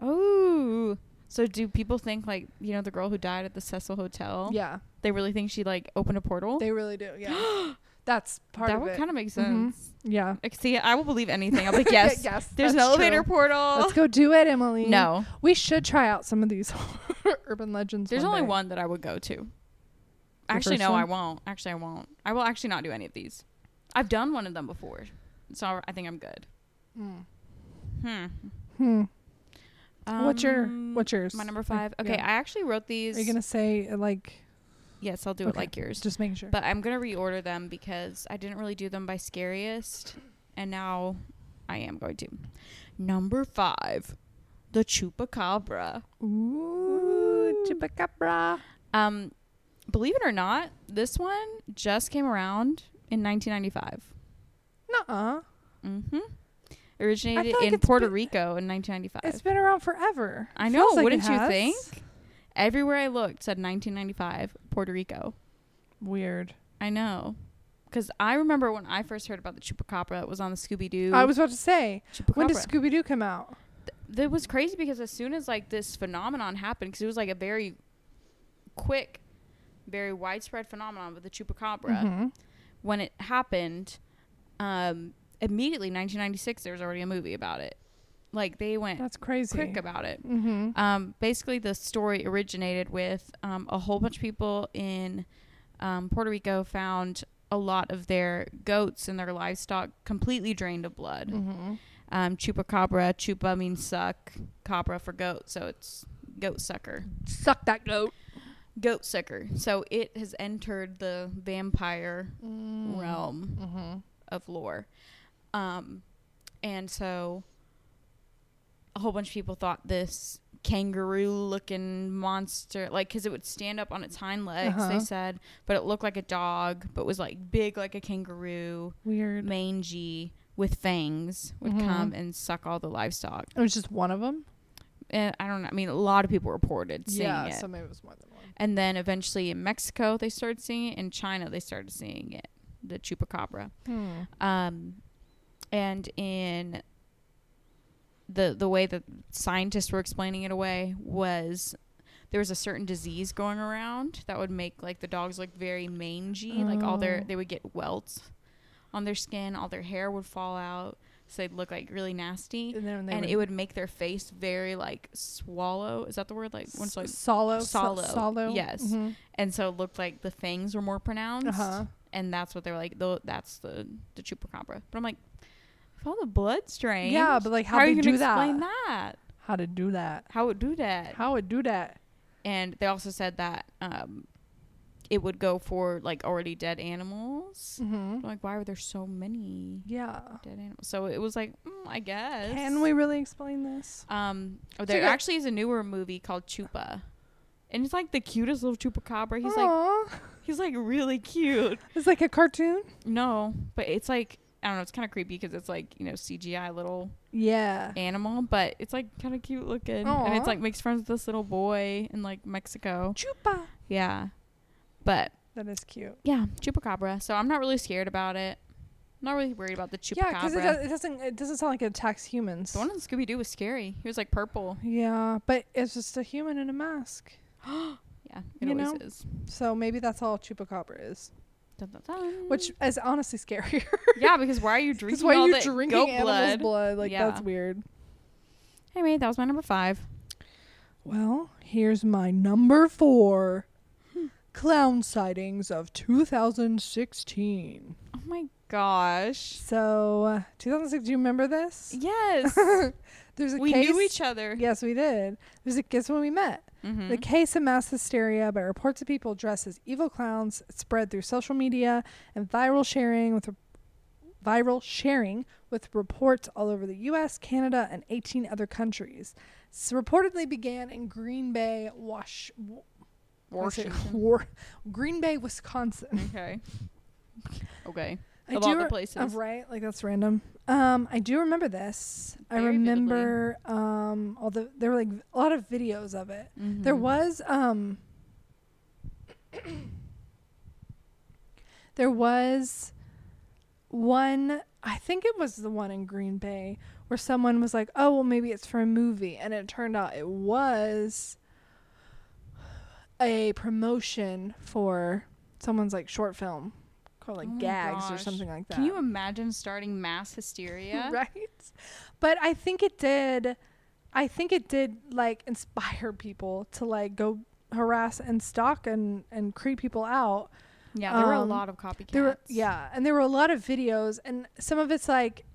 Speaker 2: Oh. So do people think like, you know, the girl who died at the Cecil Hotel?
Speaker 1: Yeah,
Speaker 2: They really think she like opened a portal?
Speaker 1: they really do. Yeah,
Speaker 2: <gasps>
Speaker 1: that's part
Speaker 2: that
Speaker 1: of
Speaker 2: would
Speaker 1: it.
Speaker 2: kind of make
Speaker 1: Mhm.
Speaker 2: sense.
Speaker 1: yeah.
Speaker 2: Like, see, I will believe anything. I'll
Speaker 1: <laughs>
Speaker 2: be like, yes.
Speaker 1: Yeah, yes.
Speaker 2: There's an
Speaker 1: that's
Speaker 2: elevator
Speaker 1: true.
Speaker 2: portal.
Speaker 1: Let's go do it, Emily.
Speaker 2: No.
Speaker 1: we should try out some of these <laughs> urban legends.
Speaker 2: There's only
Speaker 1: day.
Speaker 2: one that I would go to. actually,
Speaker 3: first
Speaker 2: no, I
Speaker 3: one?
Speaker 2: won't. Actually, I won't. I will actually not do any of these. I've done one of them before, so I think I'm good.
Speaker 1: Mm.
Speaker 2: Hmm.
Speaker 1: Hmm. what's your
Speaker 2: Um,
Speaker 1: what's yours?
Speaker 2: my number
Speaker 1: Like,
Speaker 2: five? Okay,
Speaker 1: yeah.
Speaker 2: I actually wrote these.
Speaker 1: Are you gonna say uh, like
Speaker 2: yes, I'll do it
Speaker 1: Okay.
Speaker 2: like yours.
Speaker 1: just making sure?
Speaker 2: But I'm gonna reorder them because I didn't really do them by scariest, and now I am going to. Number five, the chupacabra.
Speaker 1: Ooh, chupacabra.
Speaker 2: Um, believe it or not, this one just came around in 1995.
Speaker 1: Nuh-uh.
Speaker 2: Mm-hmm.
Speaker 1: I
Speaker 2: Originated
Speaker 1: feel like
Speaker 2: in
Speaker 1: it's
Speaker 2: Puerto
Speaker 1: been-
Speaker 2: Rico in 1995.
Speaker 1: It's been around forever.
Speaker 2: I
Speaker 1: Feels
Speaker 2: know,
Speaker 1: like it
Speaker 2: wouldn't you
Speaker 1: has.
Speaker 2: think? Everywhere I looked said 1995 Puerto Rico.
Speaker 1: Weird.
Speaker 2: I know. Because I remember when I first heard about the chupacabra, it was on the Scooby Doo.
Speaker 1: I was about to say,
Speaker 2: chupacabra.
Speaker 1: when did Scooby Doo come out?
Speaker 2: Th- that was crazy because as soon as like this phenomenon happened, because it was like a very quick, very widespread phenomenon with the chupacabra.
Speaker 1: Mhm.
Speaker 2: when it happened, um, immediately 1996, there was already a movie about it. Like they went
Speaker 1: That's crazy.
Speaker 2: quick about it.
Speaker 1: mm-hmm.
Speaker 2: Um, basically, the story originated with um, a whole bunch of people in um, Puerto Rico found a lot of their goats and their livestock completely drained of blood.
Speaker 1: mm-hmm.
Speaker 2: Um, chupacabra, chupa means suck, cabra for goat, so it's goat sucker,
Speaker 1: Suck that goat.
Speaker 2: goat sucker. So it has entered the vampire
Speaker 1: Mm.
Speaker 2: realm
Speaker 1: Mm-hmm.
Speaker 2: of lore. Um, and so a whole bunch of people thought this kangaroo looking monster, like, because it would stand up on its hind legs,
Speaker 1: Uh-huh.
Speaker 2: they said, but it looked like a dog, but was like big like a kangaroo,
Speaker 1: Weird.
Speaker 2: mangy, with fangs, would
Speaker 1: Mhm.
Speaker 2: come and suck all the livestock.
Speaker 1: It was just one of them.
Speaker 2: And I don't know. I mean, a lot of people reported seeing
Speaker 1: yeah,
Speaker 2: it.
Speaker 1: so maybe it was more than one.
Speaker 2: And then eventually in Mexico, they started seeing it. In China, they started seeing it, the chupacabra.
Speaker 1: Hmm.
Speaker 2: um, and in the the way that scientists were explaining it away was there was a certain disease going around that would make like the dogs look very mangy, like all their
Speaker 1: Oh.
Speaker 2: they would get welts on their skin, all their hair would fall out, so they'd look like really nasty,
Speaker 1: And then when they
Speaker 2: and
Speaker 1: were
Speaker 2: it would make their face very like swallow. Is that the word? Like when it's
Speaker 1: s-
Speaker 2: like
Speaker 1: solo, so-
Speaker 2: solo,
Speaker 1: solo.
Speaker 2: yes.
Speaker 1: Mhm.
Speaker 2: and so it looked like the fangs were more pronounced
Speaker 1: Uh-huh.
Speaker 2: and that's what they were like. Though that's the the chupacabra. But I'm like, if all the blood's drained,
Speaker 1: Yeah, but like
Speaker 2: how,
Speaker 1: how,
Speaker 2: are
Speaker 1: they
Speaker 2: you gonna
Speaker 1: do
Speaker 2: explain
Speaker 1: that?
Speaker 2: that?
Speaker 1: How to do that?
Speaker 2: How would do that?
Speaker 1: How would do that?
Speaker 2: And they also said that um, it would go for like already dead animals.
Speaker 1: Mm-hmm.
Speaker 2: I'm like, why were there so many
Speaker 1: Yeah.
Speaker 2: dead animals? So it was like, mm, I guess.
Speaker 1: Can we really explain this?
Speaker 2: Um, oh, there
Speaker 1: good.
Speaker 2: actually is a newer movie called Chupa. And it's like the cutest little chupacabra. He's like
Speaker 1: Aw.
Speaker 2: he's like really cute.
Speaker 1: it's like a cartoon.
Speaker 2: No, but it's like I don't know. It's kind of creepy because it's like you know
Speaker 1: <sighs>
Speaker 2: CGI little
Speaker 1: Yeah.
Speaker 2: animal, but it's like kind of cute looking, and
Speaker 1: Aw.
Speaker 2: it's like makes friends with this little boy in like Mexico.
Speaker 1: Chupa.
Speaker 2: Yeah, but
Speaker 1: That is cute.
Speaker 2: yeah, chupacabra. So I'm not really scared about it. I'm not really worried about the chupacabra.
Speaker 1: Yeah, because it, does, it doesn't. It doesn't sound like it attacks humans.
Speaker 2: the one on Scooby Doo was scary. He was like purple.
Speaker 1: Yeah, but it's just a human in a mask.
Speaker 2: Yeah, it
Speaker 1: You
Speaker 2: always
Speaker 1: know?
Speaker 2: is.
Speaker 1: So maybe that's all chupacabra is,
Speaker 2: Dun, dun, dun.
Speaker 1: which is honestly scarier.
Speaker 2: Mm.
Speaker 1: <laughs>
Speaker 2: yeah, because why are you
Speaker 1: Because
Speaker 2: drinking
Speaker 1: why
Speaker 2: all
Speaker 1: are you
Speaker 2: that
Speaker 1: drinking
Speaker 2: goat
Speaker 1: animals'
Speaker 2: blood?
Speaker 1: blood? Like that's
Speaker 2: Yeah.
Speaker 1: weird.
Speaker 2: Anyway, that was my number five.
Speaker 1: Well, here's my number four:
Speaker 2: Hmm.
Speaker 1: clown sightings of 2016.
Speaker 2: Oh my
Speaker 1: <laughs>
Speaker 2: gosh.
Speaker 1: So, uh, 2006, do you remember this? <laughs>
Speaker 2: Yes,
Speaker 1: There's a
Speaker 2: we
Speaker 1: case.
Speaker 2: knew each other.
Speaker 1: Yes, we did. There's a guess when we met.
Speaker 2: Mhm.
Speaker 1: The case of mass hysteria by reports of people dressed as evil clowns spread through social media and viral sharing with viral sharing with reports all over the US, Canada, and 18 other countries. This reportedly began in Green Bay, Wash, I say <laughs>
Speaker 2: Washington.
Speaker 1: War, Green Bay, Wisconsin.
Speaker 2: Okay. Okay.
Speaker 1: I
Speaker 2: of
Speaker 1: do
Speaker 2: all the
Speaker 1: re-
Speaker 2: places.
Speaker 1: Of right, like that's random. Um, I do remember this. I
Speaker 2: Very vividly.
Speaker 1: remember um, all the there were like a lot of videos of it. There
Speaker 2: Mhm.
Speaker 1: was um, there was one. I think it was the one in Green Bay where someone was like, "Oh, well, maybe it's for a movie," and it turned out it was a promotion for someone's like short film called like
Speaker 2: Oh my
Speaker 1: Gags or
Speaker 2: gosh.
Speaker 1: something like that.
Speaker 2: Can you imagine starting mass hysteria?
Speaker 1: <laughs> right? But I think it did. I think it did like inspire people to like go harass and stalk and and creep people out.
Speaker 2: Yeah, there were a
Speaker 1: Um,
Speaker 2: lot of copycats.
Speaker 1: There were yeah, and there were a lot of videos, and some of it's like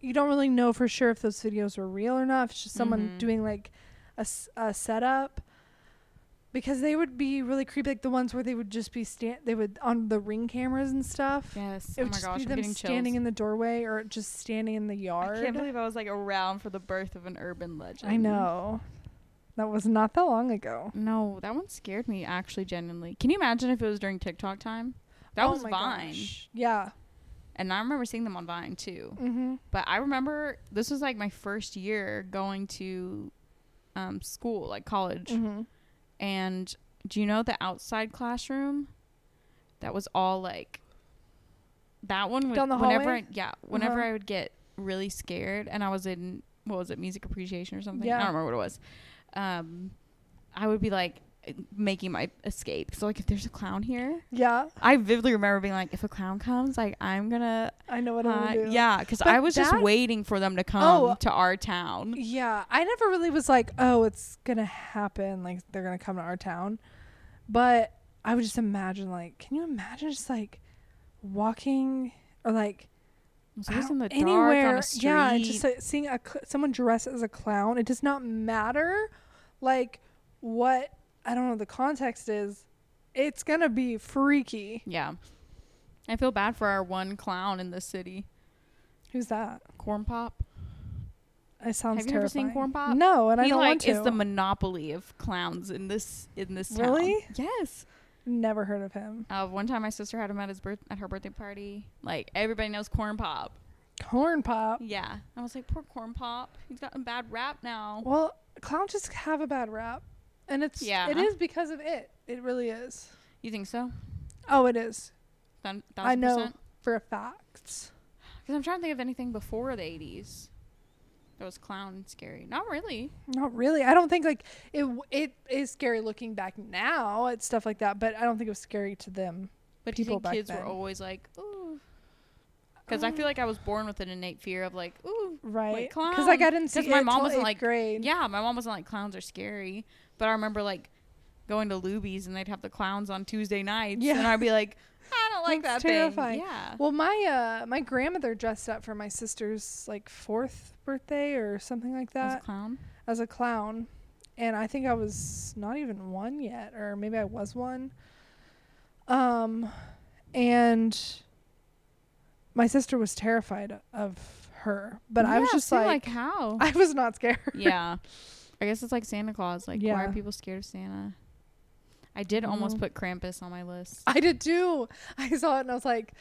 Speaker 1: you don't really know for sure if those videos were real or not. If it's just someone
Speaker 2: Mhm.
Speaker 1: doing like a, s- a setup, because they would be really creepy, like the ones where they would just be stand, they would on the ring cameras and stuff.
Speaker 2: Yes.
Speaker 1: It
Speaker 2: oh
Speaker 1: would
Speaker 2: my
Speaker 1: just
Speaker 2: gosh,
Speaker 1: be
Speaker 2: I'm
Speaker 1: them
Speaker 2: getting
Speaker 1: standing
Speaker 2: chills.
Speaker 1: in the doorway or just standing in the yard.
Speaker 2: I can't believe I was like around for the birth of an urban legend.
Speaker 1: I know. That was not that long ago.
Speaker 2: No, that one scared me actually genuinely. Can you imagine if it was during TikTok time? That
Speaker 1: Oh
Speaker 2: was
Speaker 1: my
Speaker 2: Vine.
Speaker 1: gosh. Yeah.
Speaker 2: And I remember seeing them on Vine too.
Speaker 1: Mm-hmm.
Speaker 2: But I remember this was like my first year going to um, school, like college.
Speaker 1: mm-hmm.
Speaker 2: And do you know the outside classroom? That was all like that one would
Speaker 1: Down the
Speaker 2: whenever
Speaker 1: hallway?
Speaker 2: I, yeah, whenever
Speaker 1: Uh-huh.
Speaker 2: I would get really scared and I was in what was it, music appreciation or something? I
Speaker 1: Yeah.
Speaker 2: don't remember what it was. Um I would be like making my escape. So like if there's a clown here,
Speaker 1: Yeah.
Speaker 2: I vividly remember being like if a clown comes, like I'm going to
Speaker 1: I know what
Speaker 2: uh,
Speaker 1: I'm gonna do.
Speaker 2: yeah, cuz
Speaker 1: But
Speaker 2: I was just
Speaker 1: that-
Speaker 2: waiting for them to come
Speaker 1: Oh.
Speaker 2: to our town.
Speaker 1: Yeah, I never really was like, oh, it's gonna happen. Like they're gonna come to our town, but I would just imagine like, can you imagine just like walking or like
Speaker 2: So I was
Speaker 1: out
Speaker 2: in the dark on
Speaker 1: anywhere?
Speaker 2: a street.
Speaker 1: yeah, and just like, seeing a cl- someone dressed as a clown. It does not matter, like what I don't know the context is. It's gonna be freaky.
Speaker 2: Yeah. I feel bad for our one clown in the city.
Speaker 1: Who's that?
Speaker 2: Corn Pop.
Speaker 1: It sounds.
Speaker 2: Have you ever seen
Speaker 1: terrifying.
Speaker 2: Corn Pop?
Speaker 1: No, and I
Speaker 2: he
Speaker 1: don't
Speaker 2: like
Speaker 1: want to.
Speaker 2: is the monopoly of clowns in this in this town.
Speaker 1: Really?
Speaker 2: Yes.
Speaker 1: never heard of him.
Speaker 2: Uh, one time my sister had him at his birth at her birthday party. Like everybody knows Corn Pop.
Speaker 1: Corn Pop.
Speaker 2: Yeah. I was like, poor Corn Pop. He's got a bad rap now.
Speaker 1: Well, clowns just have a bad rap, and it's
Speaker 2: Yeah.
Speaker 1: it is because of it. It really is.
Speaker 2: You think so?
Speaker 1: Oh, it is
Speaker 2: Then
Speaker 1: I know.
Speaker 2: Because
Speaker 1: for a fact.
Speaker 2: I'm trying to think of anything before the 80s that was clown scary. Not really.
Speaker 1: Not really. I don't think like it. w- It is scary looking back now at stuff like that, but I don't think it was scary to them.
Speaker 2: But do you
Speaker 1: people
Speaker 2: think
Speaker 1: back
Speaker 2: kids were
Speaker 1: then. Uh.
Speaker 2: always like, ooh? Because I feel like I was born with an innate fear of like, ooh.
Speaker 1: Right?
Speaker 2: Like
Speaker 1: Because like I
Speaker 2: clown.
Speaker 1: didn't see
Speaker 2: 'Cause my
Speaker 1: it
Speaker 2: mom
Speaker 1: till
Speaker 2: wasn't
Speaker 1: eighth
Speaker 2: like-
Speaker 1: grade.
Speaker 2: Yeah, my mom wasn't like clowns are scary, but I remember like going to Luby's and they'd have the clowns on Tuesday nights,
Speaker 1: Yeah.
Speaker 2: and I'd be like, I don't like
Speaker 1: That's
Speaker 2: that
Speaker 1: terrifying.
Speaker 2: thing. Yeah.
Speaker 1: Well, my uh my grandmother dressed up for my sister's like fourth birthday or something like
Speaker 2: As
Speaker 1: that.
Speaker 2: a clown.
Speaker 1: as a clown and i think i was not even one yet or maybe i was one um and my sister was terrified of her but i was
Speaker 2: Yeah,
Speaker 1: just
Speaker 2: see,
Speaker 1: like,
Speaker 2: how?
Speaker 1: <laughs> i was not scared
Speaker 2: <laughs> yeah. I guess it's like Santa Claus. Like, why are
Speaker 1: Yeah.
Speaker 2: people scared of Santa? I did almost
Speaker 1: Mhm.
Speaker 2: put Krampus on my list.
Speaker 1: i did too i saw it and i was like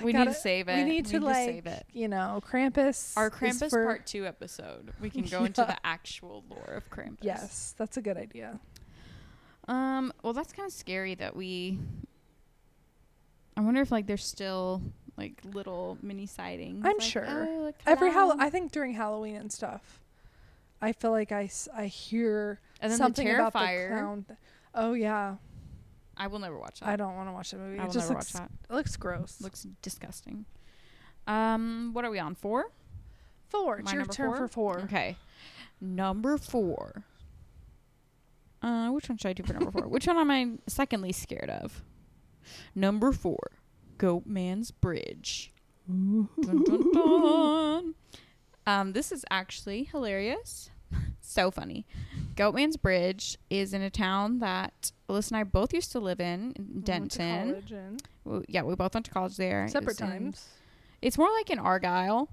Speaker 1: I
Speaker 2: we need
Speaker 1: gotta-
Speaker 2: to save it.
Speaker 1: we need to like
Speaker 2: save it.
Speaker 1: you know krampus
Speaker 2: Our
Speaker 1: is
Speaker 2: Krampus
Speaker 1: for-
Speaker 2: Part Two episode. We can go
Speaker 1: <laughs>
Speaker 2: into
Speaker 1: Yeah.
Speaker 2: the actual lore of Krampus.
Speaker 1: yes that's a good idea
Speaker 2: Um, well, that's kind of scary that we. I wonder if like there's still like little mini sightings.
Speaker 1: I'm
Speaker 2: like,
Speaker 1: sure.
Speaker 2: "Oh, a
Speaker 1: every Hall-
Speaker 2: clown."
Speaker 1: i think during halloween and stuff i feel like i s- I hear
Speaker 2: and then
Speaker 1: something
Speaker 2: the
Speaker 1: about the
Speaker 2: Terrifier.
Speaker 1: clown th- oh yeah
Speaker 2: I will never watch that.
Speaker 1: I don't want to watch the movie.
Speaker 2: I will
Speaker 1: it just
Speaker 2: never
Speaker 1: looks,
Speaker 2: watch that.
Speaker 1: It looks gross.
Speaker 2: Looks disgusting. Um, what are we on four?
Speaker 1: four.
Speaker 2: my
Speaker 1: It's your
Speaker 2: number
Speaker 1: turn
Speaker 2: four?
Speaker 1: for four.
Speaker 2: Okay, number four. Uh, which one should I do for number four? which one am I second least scared of? Number four, Goat Man's Bridge. Dun, dun, dun. Um, this is actually hilarious. <laughs> so funny. Goatman's Bridge is in a town that Alyssa and I both used to live in, in Denton. W- yeah, we both went to college there.
Speaker 1: Separate
Speaker 2: It's in-
Speaker 1: times.
Speaker 2: It's more like in Argyle.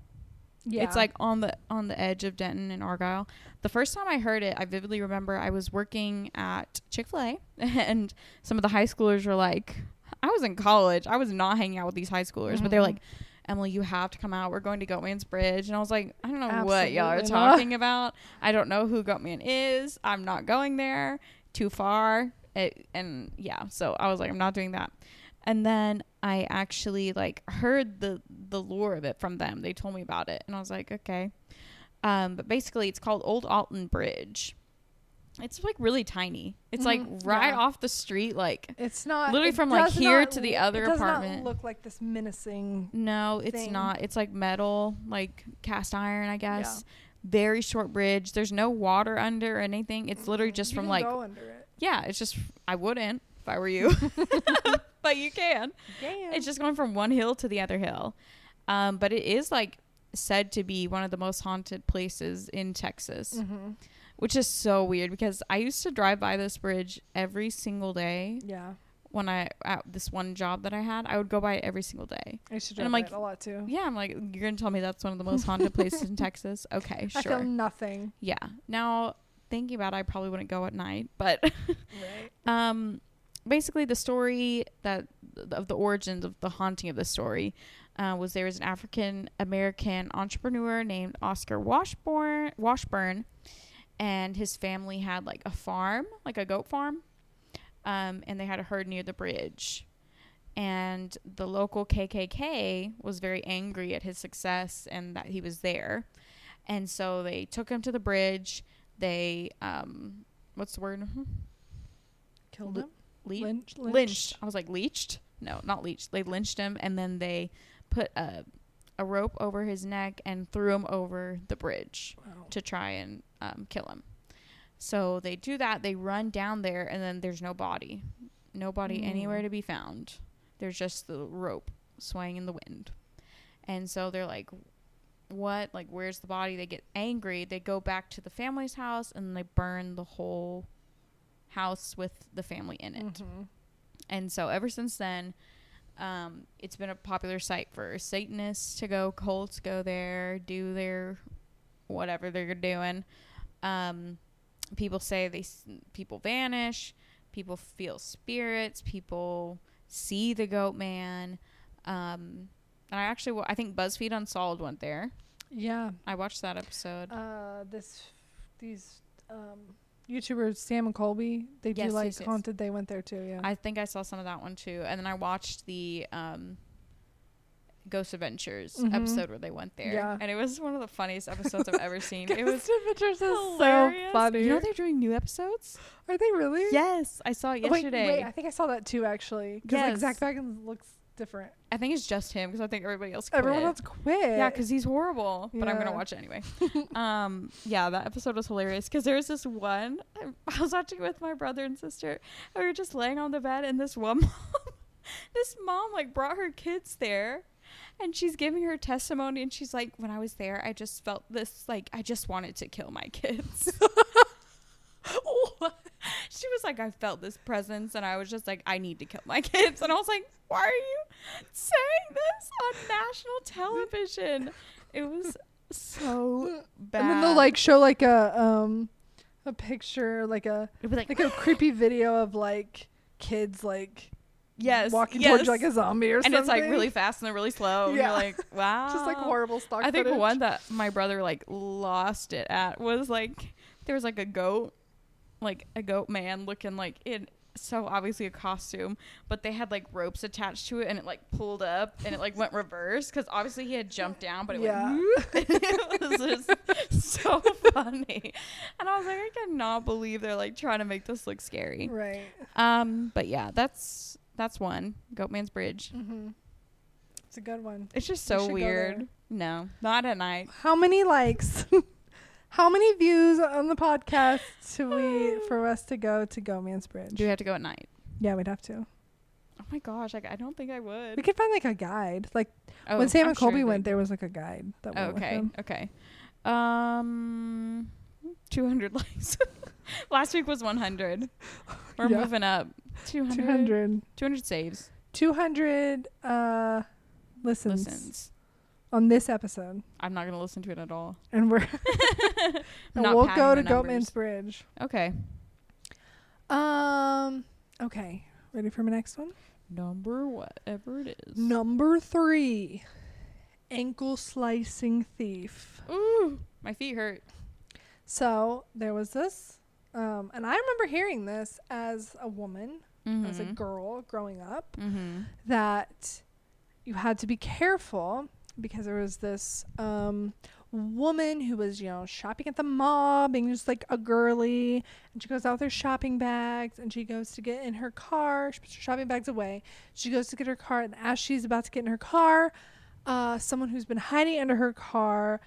Speaker 2: It's like on the on the edge of Denton and Argyle. The first time I heard it, I vividly remember I was working at Chick-fil-A <laughs> and some of the high schoolers were like, I was in college. I was not hanging out with these high schoolers, but they're
Speaker 1: Mhm.
Speaker 2: like, Emily, you have to come out. We're going to Goatman's Bridge. And I was like, I don't know what y'all are
Speaker 1: Absolutely not.
Speaker 2: talking about. I don't know who Goatman is. I'm not going there. Too far. It, and yeah, so I was like, I'm not doing that. And then I actually like heard the the lore of it from them. They told me about it, and I was like, okay. Um, but basically, it's called Old Alton Bridge. It's like really tiny. It's like
Speaker 1: Mhm,
Speaker 2: right
Speaker 1: yeah.
Speaker 2: off the street, like
Speaker 1: it's not
Speaker 2: literally
Speaker 1: it
Speaker 2: from, like,
Speaker 1: does
Speaker 2: here
Speaker 1: not
Speaker 2: to the
Speaker 1: loo-
Speaker 2: other
Speaker 1: it does Not
Speaker 2: apartment.
Speaker 1: look like this menacing.
Speaker 2: No, it's
Speaker 1: thing.
Speaker 2: not. It's like metal, like cast iron, I guess. Very short bridge. There's no water under or anything. It's literally just
Speaker 1: Mm-hmm. You
Speaker 2: from
Speaker 1: can
Speaker 2: like
Speaker 1: go under it.
Speaker 2: Yeah, it's just I wouldn't if I
Speaker 1: <laughs>
Speaker 2: were you, <laughs> but you can.
Speaker 1: Damn.
Speaker 2: It's just going from one hill to the other hill. Um, but it is like said to be one of the most haunted places in Texas,
Speaker 1: mm-hmm.
Speaker 2: which is so weird because I used to drive by this bridge every single day
Speaker 1: Yeah.
Speaker 2: when I at this one job that I had. I would go by it every single day.
Speaker 1: I should
Speaker 2: And I'm
Speaker 1: drive
Speaker 2: like,
Speaker 1: it a lot too.
Speaker 2: Yeah, I'm like you're going to tell me that's one of the most haunted places
Speaker 1: <laughs>
Speaker 2: in Texas. Okay,
Speaker 1: I feel
Speaker 2: sure.
Speaker 1: nothing.
Speaker 2: Yeah. Now thinking about it, I probably wouldn't go at night, but
Speaker 1: Right.
Speaker 2: um basically the story that of the origins of the haunting of the story uh, was there was an African American entrepreneur named Oscar Washburn Washburn and his family had like a farm like a goat farm um, and they had a herd near the bridge and the local KKK was very angry at his success and that he was there and so they took him to the bridge they um what's the word
Speaker 1: Killed
Speaker 2: Li-
Speaker 1: him.
Speaker 2: Lea-
Speaker 1: Lynch.
Speaker 2: lynched. I was like leeched. No, not leeched. They lynched him, and then they put a a rope over his neck and threw him over the bridge
Speaker 1: Wow.
Speaker 2: to try and um, kill him. So they do that. They run down there, and then there's no body, no body
Speaker 1: Mm.
Speaker 2: anywhere to be found. There's just the rope swaying in the wind, and so they're like, "What? Like, where's the body?" They get angry. They go back to the family's house, and they burn the whole house with the family in it.
Speaker 1: Mhm.
Speaker 2: And so ever since then, um, it's been a popular site for Satanists to go, cults go there, do their whatever they're doing. Um, people say they s- people vanish, people feel spirits, people see the goat man. Um, and I actually, wa- I think BuzzFeed Unsolved went there.
Speaker 1: Yeah.
Speaker 2: I watched that episode.
Speaker 1: Uh, this, these, um, YouTubers Sam and Colby, they do
Speaker 2: Yes,
Speaker 1: like
Speaker 2: yes, yes.
Speaker 1: haunted. They went there too. Yeah. <laughs>
Speaker 2: I think I saw some of that one too. And then I watched the um, Ghost Adventures
Speaker 1: Mhm.
Speaker 2: episode where they went there.
Speaker 1: Yeah.
Speaker 2: And it was one of the funniest episodes I've
Speaker 1: <laughs>
Speaker 2: ever seen. it was
Speaker 1: Adventures is
Speaker 2: hilarious.
Speaker 1: so funny.
Speaker 2: You know they're doing new episodes? Oh,
Speaker 1: Are they really? Oh,
Speaker 2: Yes. I saw it
Speaker 1: Wait,
Speaker 2: yesterday.
Speaker 1: Wait, I think I saw that too actually. Because
Speaker 2: Yes.
Speaker 1: like Zach Baggins looks different.
Speaker 2: I think it's just him because I think everybody else quit.
Speaker 1: Everyone else quit.
Speaker 2: Yeah, because he's horrible. But I'm gonna
Speaker 1: Yeah.
Speaker 2: watch it anyway. um, yeah, that episode was hilarious because there was this one. I, I was watching it with my brother and sister. and we were just laying on the bed, and this one <laughs> mom, this mom like brought her kids there. And she's giving her testimony, and she's like, "When I was there, I just felt this like I just wanted to kill my kids." <laughs> What? she was like, "I felt this presence, and I was just like, I need to kill my kids." And I was like, "Why are you saying this on national television?" It was so
Speaker 1: <laughs>
Speaker 2: bad.
Speaker 1: And then they'll like show like a um a picture, like a
Speaker 2: It'd be like,
Speaker 1: like a creepy video of like kids like
Speaker 2: yes,
Speaker 1: walking
Speaker 2: yes.
Speaker 1: towards you like a zombie or
Speaker 2: and
Speaker 1: something.
Speaker 2: it's like really fast and then really slow. And
Speaker 1: Yeah.
Speaker 2: you're like, wow,
Speaker 1: <laughs> just like horrible stock.
Speaker 2: I think
Speaker 1: footage.
Speaker 2: one that my brother like lost it at was like there was like a goat, like a goat man looking like in so obviously a costume, but they had like ropes attached to it and it like pulled up and it like went reverse because obviously he had jumped down, but it
Speaker 1: Yeah.
Speaker 2: went. <laughs>
Speaker 1: <laughs>
Speaker 2: it was just so funny, and I was like, I cannot believe they're like trying to make this look scary.
Speaker 1: Right.
Speaker 2: Um, but yeah, that's that's one Goatman's Bridge.
Speaker 1: Mm-hmm. It's a good one.
Speaker 2: It's just
Speaker 1: We
Speaker 2: so
Speaker 1: should go
Speaker 2: weird.
Speaker 1: there.
Speaker 2: No, not at night.
Speaker 1: How many likes? <laughs> How many views on the podcast to we
Speaker 2: <sighs>
Speaker 1: for us to go to Go Man's Bridge?
Speaker 2: Do we have to go at night?
Speaker 1: Yeah, we'd have to.
Speaker 2: Oh my gosh, like I don't think I would.
Speaker 1: We could find like a guide. Like
Speaker 2: oh,
Speaker 1: when Sam
Speaker 2: I'm
Speaker 1: and Colby
Speaker 2: sure
Speaker 1: went,
Speaker 2: they-
Speaker 1: there was like a guide that went
Speaker 2: Oh, okay,
Speaker 1: with him.
Speaker 2: okay. Um, two hundred <laughs> likes. Last week was one hundred. We're
Speaker 1: Yeah.
Speaker 2: moving up. 200, 200.
Speaker 1: 200.
Speaker 2: 200 saves
Speaker 1: 200 uh, listens,
Speaker 2: listens.
Speaker 1: on this episode.
Speaker 2: I'm not gonna listen to it at all.
Speaker 1: And <laughs> we're <laughs> and
Speaker 2: Not
Speaker 1: we'll
Speaker 2: padding
Speaker 1: go
Speaker 2: the
Speaker 1: to
Speaker 2: numbers.
Speaker 1: Goatman's Bridge.
Speaker 2: Okay.
Speaker 1: Um. Okay. Ready for my next one?
Speaker 2: Number whatever it is.
Speaker 1: Number three, ankle slicing thief.
Speaker 2: Ooh, my feet hurt.
Speaker 1: So there was this, um, and I remember hearing this as a woman, as a
Speaker 2: Mhm.
Speaker 1: girl growing up,
Speaker 2: Mhm.
Speaker 1: that you had to be careful because there was this um, woman who was, you know, shopping at the mall, being just like a girly, and she goes out with her shopping bags and she goes to get in her car. She puts her shopping bags away. She goes to get her car, and as she's about to get in her car, uh, someone who's been hiding under her car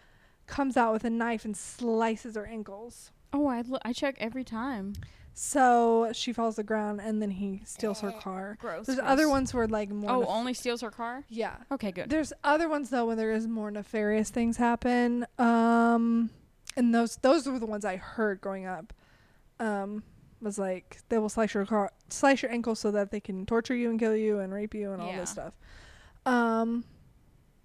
Speaker 1: comes out with a knife and slices her ankles.
Speaker 2: Oh, I, l- I check every time.
Speaker 1: So she falls to the ground and then he steals her car.
Speaker 2: Gross.
Speaker 1: There's
Speaker 2: Eh. gross.
Speaker 1: other ones where like more.
Speaker 2: Oh,
Speaker 1: nef-
Speaker 2: only steals her car?
Speaker 1: yeah.
Speaker 2: Okay, good.
Speaker 1: There's other ones though when there is more nefarious things happen. Um, and those those were the ones I heard growing up. Um, was like they will slice your car, slice your ankle so that they can torture you and kill you and rape you and all
Speaker 2: Yeah.
Speaker 1: this stuff. Um,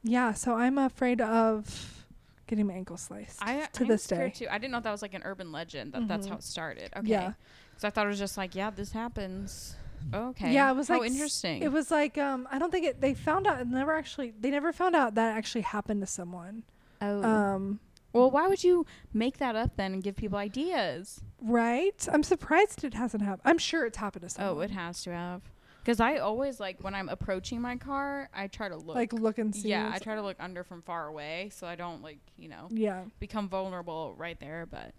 Speaker 1: yeah. So I'm afraid of getting my ankle sliced
Speaker 2: I,
Speaker 1: to
Speaker 2: I'm
Speaker 1: this day.
Speaker 2: scared Too. I didn't know if that was like an urban legend. That that's how
Speaker 1: Mhm.
Speaker 2: it started. Okay.
Speaker 1: Yeah.
Speaker 2: Because I thought it was just like, yeah, this happens. Okay.
Speaker 1: Yeah, it was
Speaker 2: how
Speaker 1: like s-
Speaker 2: interesting.
Speaker 1: It was like um, I don't think it. They found out. it Never actually. They never found out that actually happened to someone.
Speaker 2: Oh.
Speaker 1: Um,
Speaker 2: well, why would you make that up then and give people ideas?
Speaker 1: right. I'm surprised it hasn't happened. I'm sure it's happened to someone.
Speaker 2: Oh, it has to have. Because I always like when I'm approaching my car, I try to look.
Speaker 1: Like look and see.
Speaker 2: yeah, I
Speaker 1: what's-
Speaker 2: try to look under from far away so I don't like you know
Speaker 1: yeah.
Speaker 2: become vulnerable right there. But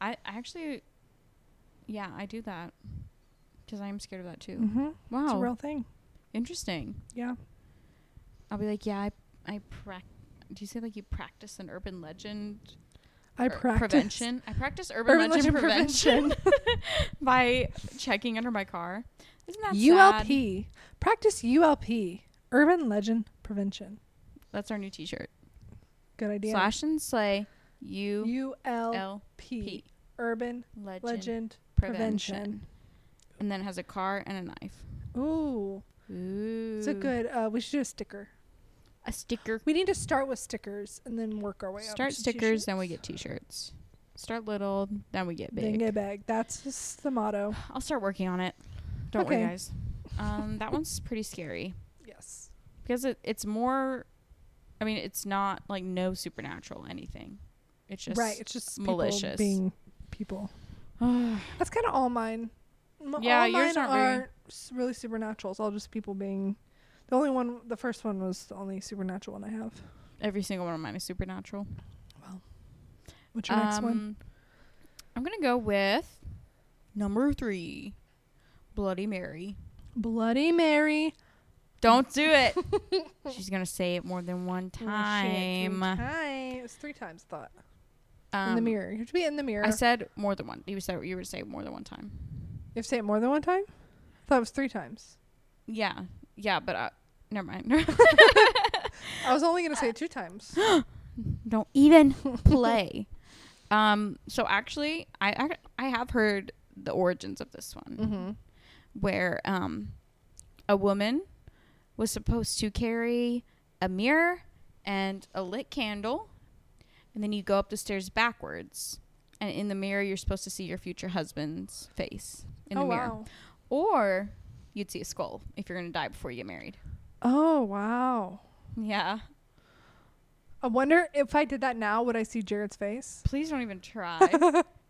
Speaker 2: I, I actually, yeah, I do that because I'm scared of that too.
Speaker 1: Mm-hmm. It's a
Speaker 2: Wow,
Speaker 1: real thing.
Speaker 2: interesting.
Speaker 1: Yeah.
Speaker 2: I'll be like, yeah, I, I prac. Do you say like you practice an urban legend?
Speaker 1: I
Speaker 2: or
Speaker 1: practice.
Speaker 2: er,
Speaker 1: <laughs>
Speaker 2: prevention. I practice urban, legend, prevention, <laughs> by checking under my car. Isn't that sad?
Speaker 1: ULP. Practice ULP. Urban legend prevention.
Speaker 2: That's our new T-shirt.
Speaker 1: Good idea.
Speaker 2: Slash and slay. U
Speaker 1: ULP.
Speaker 2: L P.
Speaker 1: Urban
Speaker 2: Legend,
Speaker 1: legend
Speaker 2: prevention. And then it has a car and a knife.
Speaker 1: Ooh.
Speaker 2: Ooh.
Speaker 1: It's a good. Uh, we should do a sticker.
Speaker 2: A sticker.
Speaker 1: We need to start with stickers and then work our way up.
Speaker 2: Start
Speaker 1: to
Speaker 2: stickers, then we
Speaker 1: t-shirts.
Speaker 2: get T-shirts. Start little, then we get
Speaker 1: Then
Speaker 2: big.
Speaker 1: get big. That's just the
Speaker 2: <sighs>
Speaker 1: motto.
Speaker 2: I'll start working on it. Don't worry,
Speaker 1: Okay.
Speaker 2: guys. Um, that one's pretty scary.
Speaker 1: Yes.
Speaker 2: because it, it's more i mean it's not like no supernatural anything it's just
Speaker 1: right. It's just People
Speaker 2: malicious.
Speaker 1: being people. That's kind of all mine. M-
Speaker 2: Yeah,
Speaker 1: all
Speaker 2: yours
Speaker 1: mine
Speaker 2: aren't very-
Speaker 1: are s really supernatural. It's all just people being. The only one, the first one was the only supernatural one I have.
Speaker 2: <sighs> every single one of mine is supernatural
Speaker 1: What's your next one?
Speaker 2: Um, i'm gonna go with number three bloody mary
Speaker 1: Bloody Mary.
Speaker 2: don't do it
Speaker 1: <laughs>
Speaker 2: she's gonna say it more than one
Speaker 1: Oh, shit, three
Speaker 2: time
Speaker 1: time. It was three times. Thought in the
Speaker 2: uh. Um,
Speaker 1: mirror. You have to be in the mirror.
Speaker 2: i said more than one you said you were saying more than one time
Speaker 1: you have to say it more than one time. I thought it was three times.
Speaker 2: yeah yeah but uh, never mind <laughs>
Speaker 1: I was only gonna say it two
Speaker 2: <gasps>
Speaker 1: times.
Speaker 2: don't even
Speaker 1: <laughs>
Speaker 2: play. um, so actually, I, I I have heard the origins of this one,
Speaker 1: mm-hmm.
Speaker 2: where um, a woman was supposed to carry a mirror and a lit candle, and then you go up the stairs backwards, and in the mirror you're supposed to see your future husband's face in
Speaker 1: oh
Speaker 2: the mirror,
Speaker 1: wow.
Speaker 2: or you'd see a skull if you're gonna die before you get married.
Speaker 1: Oh wow.
Speaker 2: Yeah,
Speaker 1: I wonder if I did that now, would I see Jared's face?
Speaker 2: please don't
Speaker 1: <laughs>
Speaker 2: even try.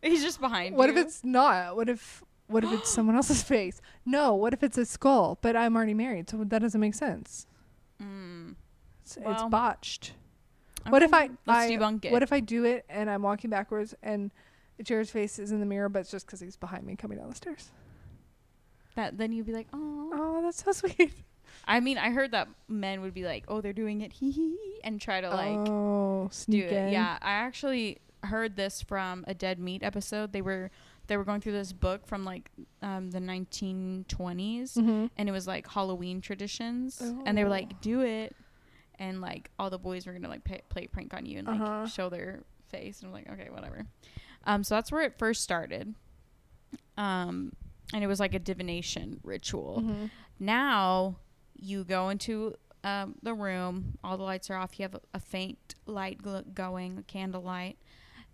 Speaker 2: He's just behind
Speaker 1: What
Speaker 2: you.
Speaker 1: if it's not? What if what if
Speaker 2: <gasps>
Speaker 1: it's someone else's face? No, what if it's a skull? But I'm already married, so that doesn't make sense.
Speaker 2: Mm.
Speaker 1: It's, it's
Speaker 2: Well,
Speaker 1: botched. What if I, I-
Speaker 2: Let's debunk it.
Speaker 1: what if I do it and I'm walking backwards and Jared's face is in the mirror, but it's just because he's behind me coming down the stairs.
Speaker 2: that? Then you'd be like, oh.
Speaker 1: Oh, that's so <laughs> sweet.
Speaker 2: I mean, I heard that men would be like, oh, they're doing it, <laughs> hee hee, hee," and try to like
Speaker 1: oh,
Speaker 2: do
Speaker 1: sneak
Speaker 2: it.
Speaker 1: in.
Speaker 2: Yeah, I actually heard this from a dead meat episode. They were they were going through this book from like um, the 1920s,
Speaker 1: Mhm.
Speaker 2: and it was like Halloween traditions, and they were
Speaker 1: Oh.
Speaker 2: like, do it, and like all the boys were gonna like pay, play prank on you and like
Speaker 1: Uh-huh.
Speaker 2: show their face, and I'm like, okay, whatever. Um, so that's where it first started. Um, and it was like a divination ritual
Speaker 1: Mhm.
Speaker 2: now you go into um, the room all the lights are off you have a, a faint light gl- going a candle light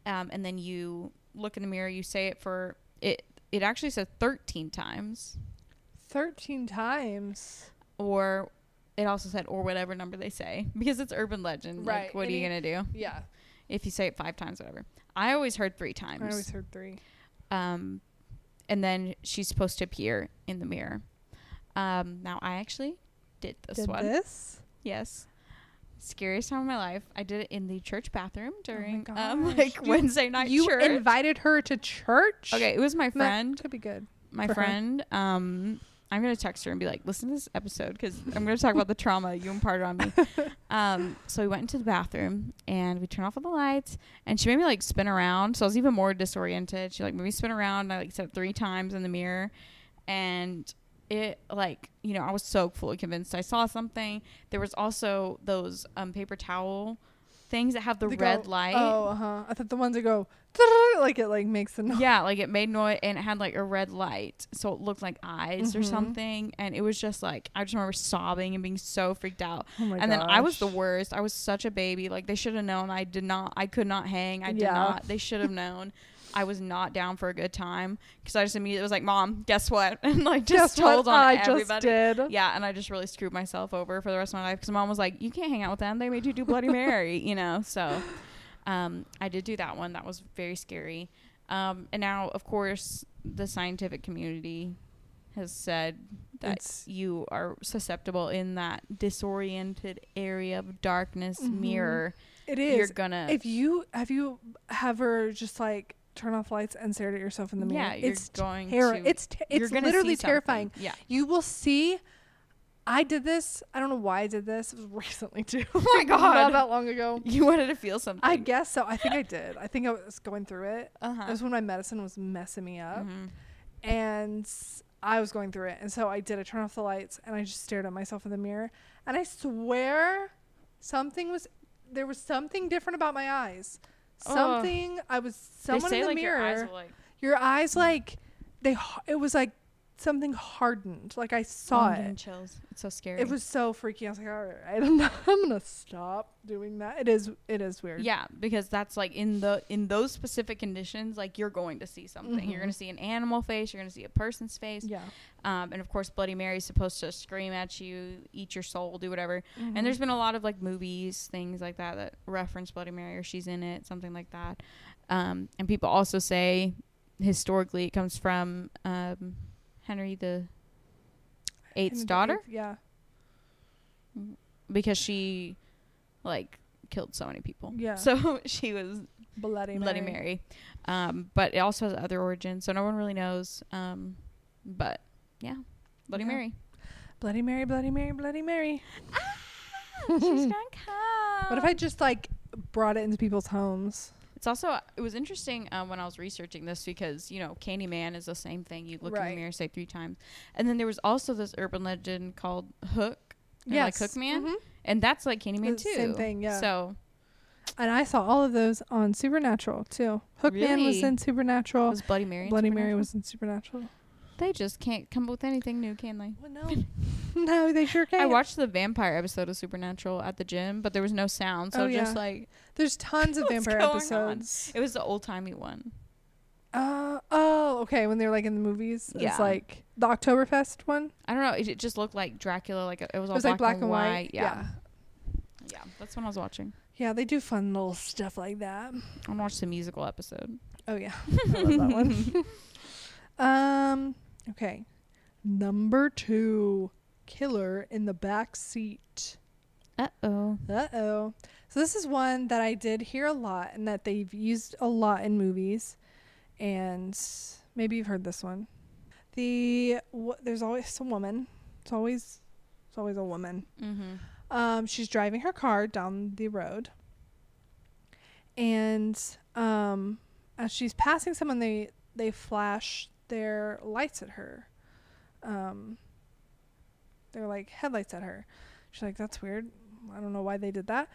Speaker 2: um, and then you look in the mirror you say it for it it actually says 13 times
Speaker 1: 13 times.
Speaker 2: or it also said or whatever number they say <laughs> because it's urban legend right
Speaker 1: Right,
Speaker 2: what are you gonna do
Speaker 1: Yeah.
Speaker 2: if you say it five times whatever i always heard three times
Speaker 1: I always heard three.
Speaker 2: um, and then she's supposed to appear in the mirror um, now i actually did this
Speaker 1: Did
Speaker 2: one
Speaker 1: this?
Speaker 2: Yes. Scariest time of my life. I did it in the church bathroom during
Speaker 1: Oh gosh.
Speaker 2: um <laughs> like
Speaker 1: You-
Speaker 2: Wednesday night
Speaker 1: you
Speaker 2: church.
Speaker 1: invited her to church?
Speaker 2: okay, it was my
Speaker 1: That
Speaker 2: friend.
Speaker 1: could be good.
Speaker 2: My
Speaker 1: for her.
Speaker 2: friend. Um I'm gonna text her and be like, "Listen to this episode because I'm gonna talk about the trauma you imparted
Speaker 1: <laughs>
Speaker 2: on me." Um, so we went into the bathroom and we turned off all the lights, and she made me like spin around. So I was even more disoriented. She like made me spin around. And I like said it three times in the mirror, and it like you know I was so fully convinced I saw something. There was also those um, paper towel things that have the
Speaker 1: They go,
Speaker 2: red light.
Speaker 1: Oh, uh huh. I thought the ones that go like it like makes the <laughs> noise.
Speaker 2: Yeah, like it made noise and it had like a red light, so it looked like eyes or
Speaker 1: Mhm.
Speaker 2: something. And it was just like I just remember sobbing and being so freaked out.
Speaker 1: Oh my
Speaker 2: and then I was the
Speaker 1: gosh.
Speaker 2: worst. I was such a baby. Like they should have known. I did not. I could not hang. I did
Speaker 1: Yeah.
Speaker 2: not.
Speaker 1: <laughs>
Speaker 2: They should have known. I was not down for a good time because I just immediately was like, "Mom, guess what?" <laughs> and like just
Speaker 1: Guess what
Speaker 2: told on
Speaker 1: I
Speaker 2: everybody.
Speaker 1: just did.
Speaker 2: Yeah, and I just really screwed myself over for the rest of my life because mom was like, "You can't hang out with them. They made you
Speaker 1: <laughs>
Speaker 2: do Bloody Mary," you know. So, um, I did do that one. That was very scary. Um, and now, of course, the scientific community has said that
Speaker 1: It's-
Speaker 2: you are susceptible in that disoriented area of darkness
Speaker 1: Mhm.
Speaker 2: mirror.
Speaker 1: It
Speaker 2: You're
Speaker 1: is.
Speaker 2: gonna
Speaker 1: If you have you ever just like turn off lights and stared at yourself in the mirror,
Speaker 2: yeah, you're
Speaker 1: it's
Speaker 2: going
Speaker 1: terror.
Speaker 2: to
Speaker 1: It's te-
Speaker 2: you're
Speaker 1: it's
Speaker 2: gonna see
Speaker 1: literally
Speaker 2: something.
Speaker 1: terrifying. <laughs>
Speaker 2: Yeah.
Speaker 1: You will see. I did this. I don't know why I did this. It was <laughs> recently
Speaker 2: <laughs>
Speaker 1: too. Oh
Speaker 2: my
Speaker 1: <laughs>
Speaker 2: God.
Speaker 1: Not that long
Speaker 2: <laughs>
Speaker 1: ago.
Speaker 2: You wanted to feel something.
Speaker 1: I guess so. I think I did. I think I was going through it. It
Speaker 2: uh-huh.
Speaker 1: was when my medicine was messing me up,
Speaker 2: Mhm.
Speaker 1: and s- I was going through it. And so I did. I turned off the lights, and I just stared at myself in the mirror. And I swear, something was. There was something different about my eyes.
Speaker 2: Ugh.
Speaker 1: Something. I was
Speaker 2: They
Speaker 1: someone
Speaker 2: say
Speaker 1: in the
Speaker 2: like
Speaker 1: mirror.
Speaker 2: your eyes will like Mm.
Speaker 1: Your eyes like they h- it was like something hardened. Like I
Speaker 2: Oh,
Speaker 1: saw
Speaker 2: I'm getting
Speaker 1: it.
Speaker 2: chills. It's so scary.
Speaker 1: It was so freaky. I was like, all right, <laughs> I'm, not, I'm gonna stop doing that. It is it is weird.
Speaker 2: Yeah, because that's like in the in those specific conditions, like you're going to see something. You're
Speaker 1: Mhm.
Speaker 2: going to see an animal face. You're going to see a person's face.
Speaker 1: Yeah.
Speaker 2: Um, and of course, Bloody Mary is supposed to scream at you, eat your soul, do whatever.
Speaker 1: Mm-hmm.
Speaker 2: And there's been a lot of like movies, things like that that reference Bloody Mary or she's in it, something like that. Um, and people also say historically it comes from um, Henry the Eighth's
Speaker 1: And-
Speaker 2: daughter
Speaker 1: Yeah.
Speaker 2: because she like killed so many people.
Speaker 1: Yeah.
Speaker 2: <laughs> So she was
Speaker 1: Bloody Mary.
Speaker 2: Bloody Mary. Um, but it also has other origins, so no one really knows. Um, but yeah, Bloody
Speaker 1: Yeah.
Speaker 2: Mary.
Speaker 1: <laughs> Bloody Mary. Bloody Mary. Bloody Mary. Oh,
Speaker 2: She's gonna <laughs> come.
Speaker 1: What if I just like brought it into people's homes?
Speaker 2: It's also it was interesting um, when I was researching this because you know Candyman is the same thing. You look in
Speaker 1: Right.
Speaker 2: the mirror, say three times, and then there was also this urban legend called Hook, Or, like,
Speaker 1: Yes.
Speaker 2: Hookman?
Speaker 1: Mhm.
Speaker 2: and that's like Candyman
Speaker 1: The
Speaker 2: too.
Speaker 1: same thing, yeah.
Speaker 2: So
Speaker 1: And I saw all of those on Supernatural too. Hookman was
Speaker 2: Really?
Speaker 1: in Supernatural.
Speaker 2: was Bloody Mary. in
Speaker 1: Oh, Bloody Mary
Speaker 2: Supernatural?
Speaker 1: was in Supernatural.
Speaker 2: They just can't come up with anything new, can they?
Speaker 1: Well, no, <laughs> no, they sure can.
Speaker 2: <laughs> I watched the vampire episode of Supernatural at the gym, but there was no sound, so
Speaker 1: Oh,
Speaker 2: just
Speaker 1: yeah.
Speaker 2: like
Speaker 1: There's tons of
Speaker 2: <laughs> What's
Speaker 1: vampire
Speaker 2: going on?
Speaker 1: episodes.
Speaker 2: it was the old timey one.
Speaker 1: Uh, oh, okay. When they're like in the movies,
Speaker 2: Yeah.
Speaker 1: it's like the Oktoberfest one.
Speaker 2: I don't know. It, it just looked like Dracula. Like it
Speaker 1: It
Speaker 2: was all
Speaker 1: was
Speaker 2: black
Speaker 1: like black
Speaker 2: and white.
Speaker 1: Yeah.
Speaker 2: Yeah. yeah, That's when I was watching.
Speaker 1: Yeah, they do fun little stuff like that.
Speaker 2: I watched the musical episode.
Speaker 1: Oh yeah, <laughs> I love that one. <laughs> um, okay, number two, killer in the back seat.
Speaker 2: Uh oh.
Speaker 1: Uh oh. So this is one that I did hear a lot, and that they've used a lot in movies, and maybe you've heard this one. The w- there's always a woman. It's always it's always a woman.
Speaker 2: Mm-hmm.
Speaker 1: Um, she's driving her car down the road, and um, as she's passing someone, they they flash their lights at her. Um, they're like headlights at her. She's like, "That's weird. I don't know why they did that."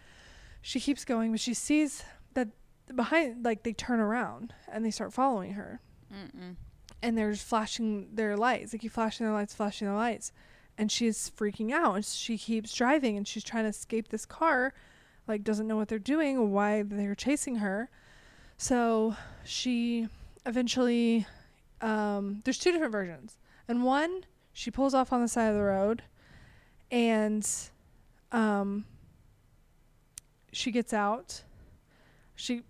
Speaker 1: She keeps going, but she sees that behind, like they turn around and they start following her
Speaker 2: Mm-mm.
Speaker 1: and they're just flashing their lights. They keep flashing their lights, flashing their lights. And she's freaking out and she keeps driving and she's trying to escape this car, like doesn't know what they're doing, why they're chasing her. So she eventually um there's two different versions. And one, she pulls off on the side of the road and um she gets out. She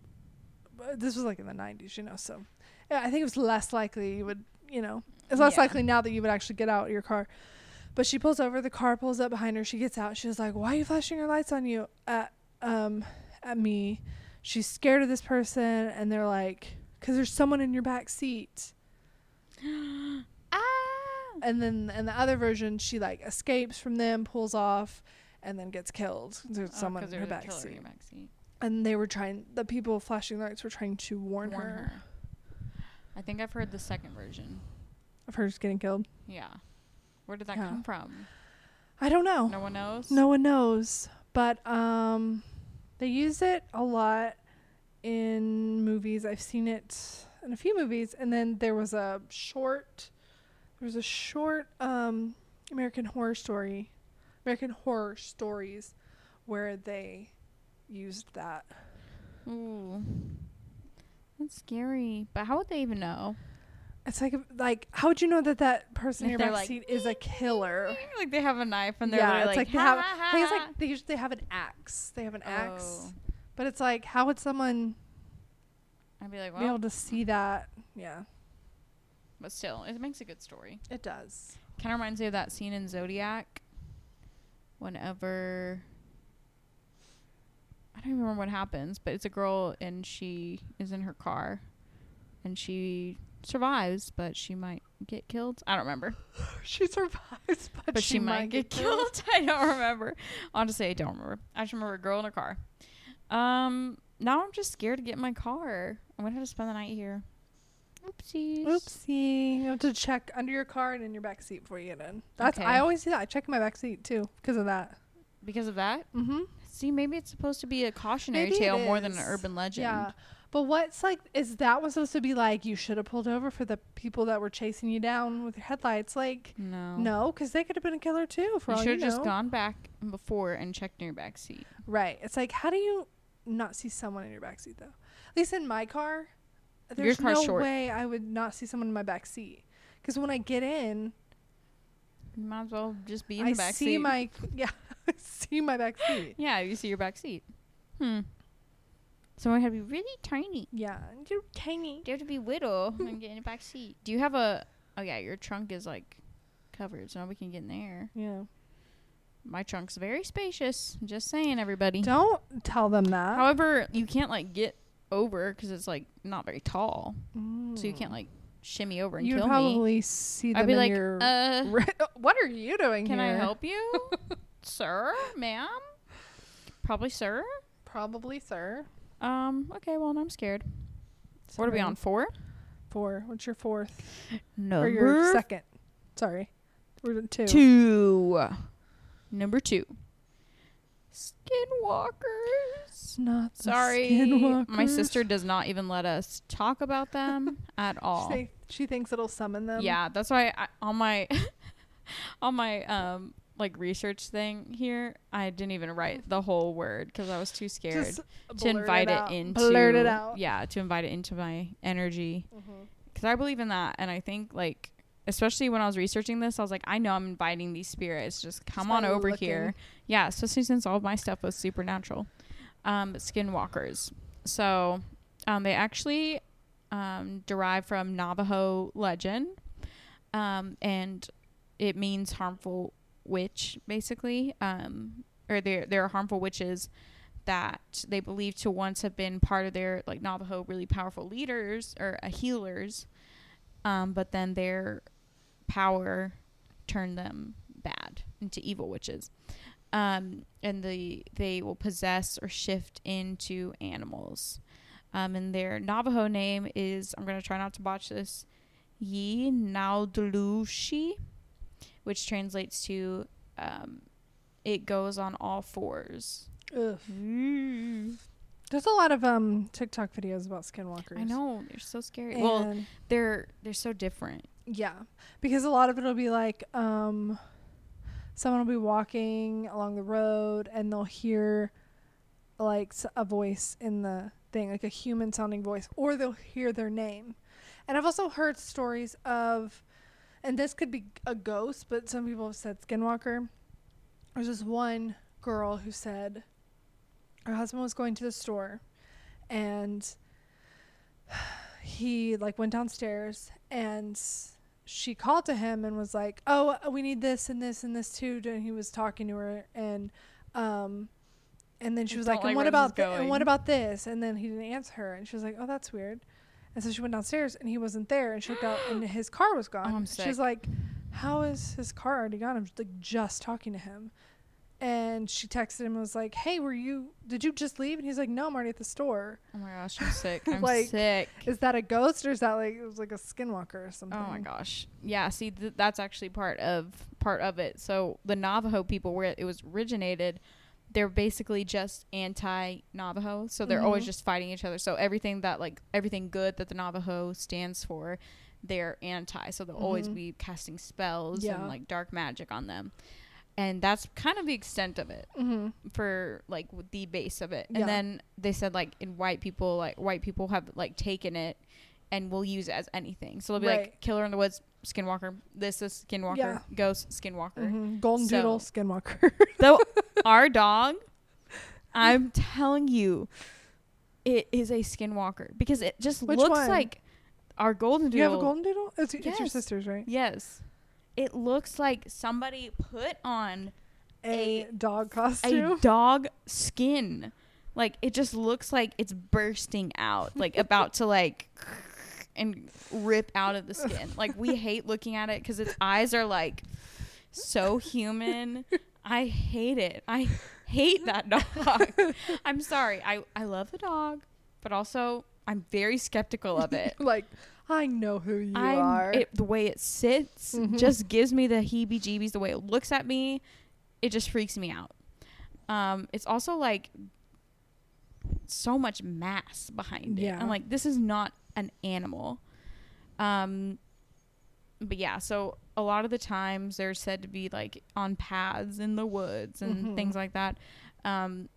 Speaker 1: uh, this was like in the 90s, you know, so yeah, I think it was less likely you would, you know, it's less
Speaker 2: Yeah.
Speaker 1: likely now that you would actually get out of your car. But she pulls over, the car pulls up behind her. She gets out. She was like, "Why are you flashing your lights on you at um at me?" She's scared of this person, and they're like, "Cause there's someone in your back seat."
Speaker 2: <gasps> Ah.
Speaker 1: and then in the other version, she like escapes from them, pulls off, and then gets killed. There's someone in her backseat. And they were trying. The people flashing lights were trying to warn, her,
Speaker 2: I think I've heard the second version.
Speaker 1: of her just getting killed.
Speaker 2: Yeah. Where did that
Speaker 1: Yeah.
Speaker 2: come from?
Speaker 1: I don't know.
Speaker 2: No one knows.
Speaker 1: No one knows, but um, they use it a lot in movies. I've seen it in a few movies, and then there was a short. There was a short um, American Horror Story, American Horror Stories, where they used that.
Speaker 2: Ooh. That's scary. But how would they even know?
Speaker 1: It's like like how would you know that that person in
Speaker 2: If
Speaker 1: your
Speaker 2: they're like,
Speaker 1: backseat is a killer?
Speaker 2: like they have a knife and they're
Speaker 1: yeah, it's
Speaker 2: like,
Speaker 1: like, they
Speaker 2: ha,
Speaker 1: have. I
Speaker 2: ha,
Speaker 1: think it's
Speaker 2: ha.
Speaker 1: like they usually have an axe. They have an axe.
Speaker 2: Oh.
Speaker 1: But it's like, how would someone
Speaker 2: I'd be like,
Speaker 1: be
Speaker 2: well,
Speaker 1: able to see that? Yeah,
Speaker 2: but still, it makes a good story.
Speaker 1: it
Speaker 2: <laughs>
Speaker 1: does.
Speaker 2: Kind of reminds me of that scene in Zodiac. Whenever I don't even remember what happens, but it's a girl and she is in her car, and she survives, but she might get killed. I don't remember,
Speaker 1: She survives, but,
Speaker 2: but she, might, get killed. <laughs> I don't remember. Honestly, I don't remember. I just remember a girl in her car. Um, now I'm just scared to get in my car. I'm gonna have to spend the night here. Oopsies.
Speaker 1: Oopsie! You have to check under your car and in your back seat before you get in. That's
Speaker 2: Okay.
Speaker 1: I always do that. I check in my back seat too because of that.
Speaker 2: Because of that.
Speaker 1: Mm-hmm.
Speaker 2: See, maybe it's supposed to be a cautionary
Speaker 1: Maybe it
Speaker 2: tale more than an
Speaker 1: is.
Speaker 2: urban legend.
Speaker 1: Yeah, but what's like is that was supposed to be like you should have pulled over for the people that were chasing you down with your headlights? Like
Speaker 2: No.
Speaker 1: no, because they could have been a killer too. For
Speaker 2: You
Speaker 1: all
Speaker 2: should
Speaker 1: you
Speaker 2: have
Speaker 1: know,
Speaker 2: just gone back before and checked in your back seat.
Speaker 1: right? It's like how do you not see someone in your back seat though? At least in my car, there's
Speaker 2: car's
Speaker 1: no
Speaker 2: short.
Speaker 1: way I would not see someone in my back seat because when I get in,
Speaker 2: You might as well just be in
Speaker 1: I
Speaker 2: the back
Speaker 1: see
Speaker 2: seat.
Speaker 1: my <laughs> yeah, I see my back seat.
Speaker 2: yeah, you see your back seat. Hmm. So I had to be really tiny.
Speaker 1: Yeah, you're tiny.
Speaker 2: You have to
Speaker 1: <laughs>
Speaker 2: be little and get in the back seat. Do you have a? Oh yeah, your trunk is like covered, so nobody can get in there.
Speaker 1: Yeah.
Speaker 2: My trunk's very spacious. Just saying, everybody.
Speaker 1: Don't tell them that.
Speaker 2: However, you can't like get over because it's like not very tall, so you can't like shimmy over and
Speaker 1: Mm. You'd
Speaker 2: kill me.
Speaker 1: Hmm. probably see them
Speaker 2: I'd be
Speaker 1: in
Speaker 2: like,
Speaker 1: your.
Speaker 2: uh,
Speaker 1: <laughs> what are you doing
Speaker 2: can I
Speaker 1: here?
Speaker 2: help you,
Speaker 1: <laughs>
Speaker 2: sir, ma'am? Probably, sir.
Speaker 1: Probably, sir.
Speaker 2: Um, okay, well, I'm scared. What are we
Speaker 1: Sorry.
Speaker 2: on four?
Speaker 1: Four. What's your fourth
Speaker 2: Number
Speaker 1: or your second? Sorry, we're at two.
Speaker 2: two. Number two. Skinwalkers.
Speaker 1: Not the
Speaker 2: Sorry,
Speaker 1: skinwalkers.
Speaker 2: my sister does not even let us talk about them
Speaker 1: <laughs>
Speaker 2: at
Speaker 1: She,
Speaker 2: all.
Speaker 1: think- she thinks it'll summon them.
Speaker 2: Yeah, that's why I, on my <laughs> on my um like research thing here, I didn't even write the whole word because I was too scared
Speaker 1: Just
Speaker 2: to
Speaker 1: blurt
Speaker 2: invite it,
Speaker 1: out.
Speaker 2: into
Speaker 1: Blurt it out.
Speaker 2: Yeah, to invite it into my energy
Speaker 1: Mhm.
Speaker 2: because I believe in that, and I think like especially when I was researching this, I was like, I know I'm inviting these spirits. Just come
Speaker 1: by
Speaker 2: on over
Speaker 1: looking.
Speaker 2: here. Yeah, especially since all of my stuff was supernatural. Um, skinwalkers. So um, they actually um, derive from Navajo legend, um, and it means harmful witch, basically. Um, or they're, they're harmful witches that they believe to once have been part of their like Navajo really powerful leaders or uh, healers, um, but then their power turned them bad into evil witches, um, and the they will possess or shift into animals, um, and their Navajo name is I'm gonna try not to botch this, Yi Naudlushi, which translates to um, it goes on all fours.
Speaker 1: Ugh.
Speaker 2: Mm.
Speaker 1: There's a lot of um TikTok videos about skinwalkers.
Speaker 2: I know they're so scary. well,
Speaker 1: And-
Speaker 2: they're they're so different.
Speaker 1: Yeah, because a lot of it'll be like um, someone will be walking along the road and they'll hear like s- a voice in the thing, like a human sounding voice, or they'll hear their name. And I've also heard stories of, and this could be a ghost, but some people have said skinwalker. There's this one girl who said her husband was going to the store and <sighs> he like went downstairs and she called to him and was like, "Oh, we need this and this and this too." And he was talking to her and um and then she
Speaker 2: I
Speaker 1: was
Speaker 2: don't
Speaker 1: like, "And
Speaker 2: like
Speaker 1: what
Speaker 2: where this is
Speaker 1: about thi- and
Speaker 2: going."
Speaker 1: what about this?" And then he didn't answer her and she was like, "Oh, that's
Speaker 2: <gasps>
Speaker 1: weird." And so she went downstairs and he wasn't there and she looked out and his car was gone.
Speaker 2: Oh, I'm
Speaker 1: She was
Speaker 2: sick.
Speaker 1: like, how is his car already gone? I'm like just talking to him. And she texted him and was like, Hey, were you did you just leave? And he's like, No, I'm already at the store.
Speaker 2: Oh my gosh, I'm sick. I'm
Speaker 1: Like,
Speaker 2: <laughs> sick.
Speaker 1: Is that a ghost or is that like it was like a skinwalker or something?
Speaker 2: Oh my gosh. Yeah, see th- that's actually part of part of it. So the Navajo people where it was originated, they're basically just anti-Navajo. So they're always
Speaker 1: Mhm.
Speaker 2: just fighting each other. So everything that like everything good that the Navajo stands for, they're anti. So they'll always
Speaker 1: Mhm.
Speaker 2: be casting spells
Speaker 1: Yeah.
Speaker 2: and like dark magic on them. And that's kind of the extent of it
Speaker 1: Mm-hmm.
Speaker 2: for like w- the base of it.
Speaker 1: Yeah.
Speaker 2: And then they said like in white people, like white people have like taken it and will use it as anything. So they'll be
Speaker 1: Right.
Speaker 2: like killer in the woods, skinwalker. This is skinwalker,
Speaker 1: Yeah.
Speaker 2: ghost, skinwalker.
Speaker 1: hmm Golden
Speaker 2: So-
Speaker 1: doodle skinwalker. <laughs>
Speaker 2: Though our dog, I'm telling you, it is a skinwalker because it just
Speaker 1: Which
Speaker 2: looks
Speaker 1: one?
Speaker 2: like our golden doodle.
Speaker 1: Do you have a golden doodle? It's, it's your
Speaker 2: Yes.
Speaker 1: sister's, right?
Speaker 2: Yes. It looks like somebody put on
Speaker 1: A,
Speaker 2: A-
Speaker 1: dog
Speaker 2: a
Speaker 1: costume. <laughs>
Speaker 2: dog skin. Like it just looks like it's bursting out, like about to like and rip out of the skin. Like we hate looking at it because its eyes are like so human. I hate it. I hate that dog. <laughs> I'm sorry. I I love the dog, but also I'm very skeptical of it.
Speaker 1: like, I know who you
Speaker 2: I'm-
Speaker 1: are.
Speaker 2: It, the way it sits
Speaker 1: Mhm.
Speaker 2: just gives me the heebie-jeebies. The way it looks at me, it just freaks me out. Um, it's also like so much mass behind it.
Speaker 1: Yeah.
Speaker 2: I'm like, this is not an animal. Um, but yeah, so a lot of the times they're said to be like on paths in the woods and
Speaker 1: Mhm.
Speaker 2: things like that. Um,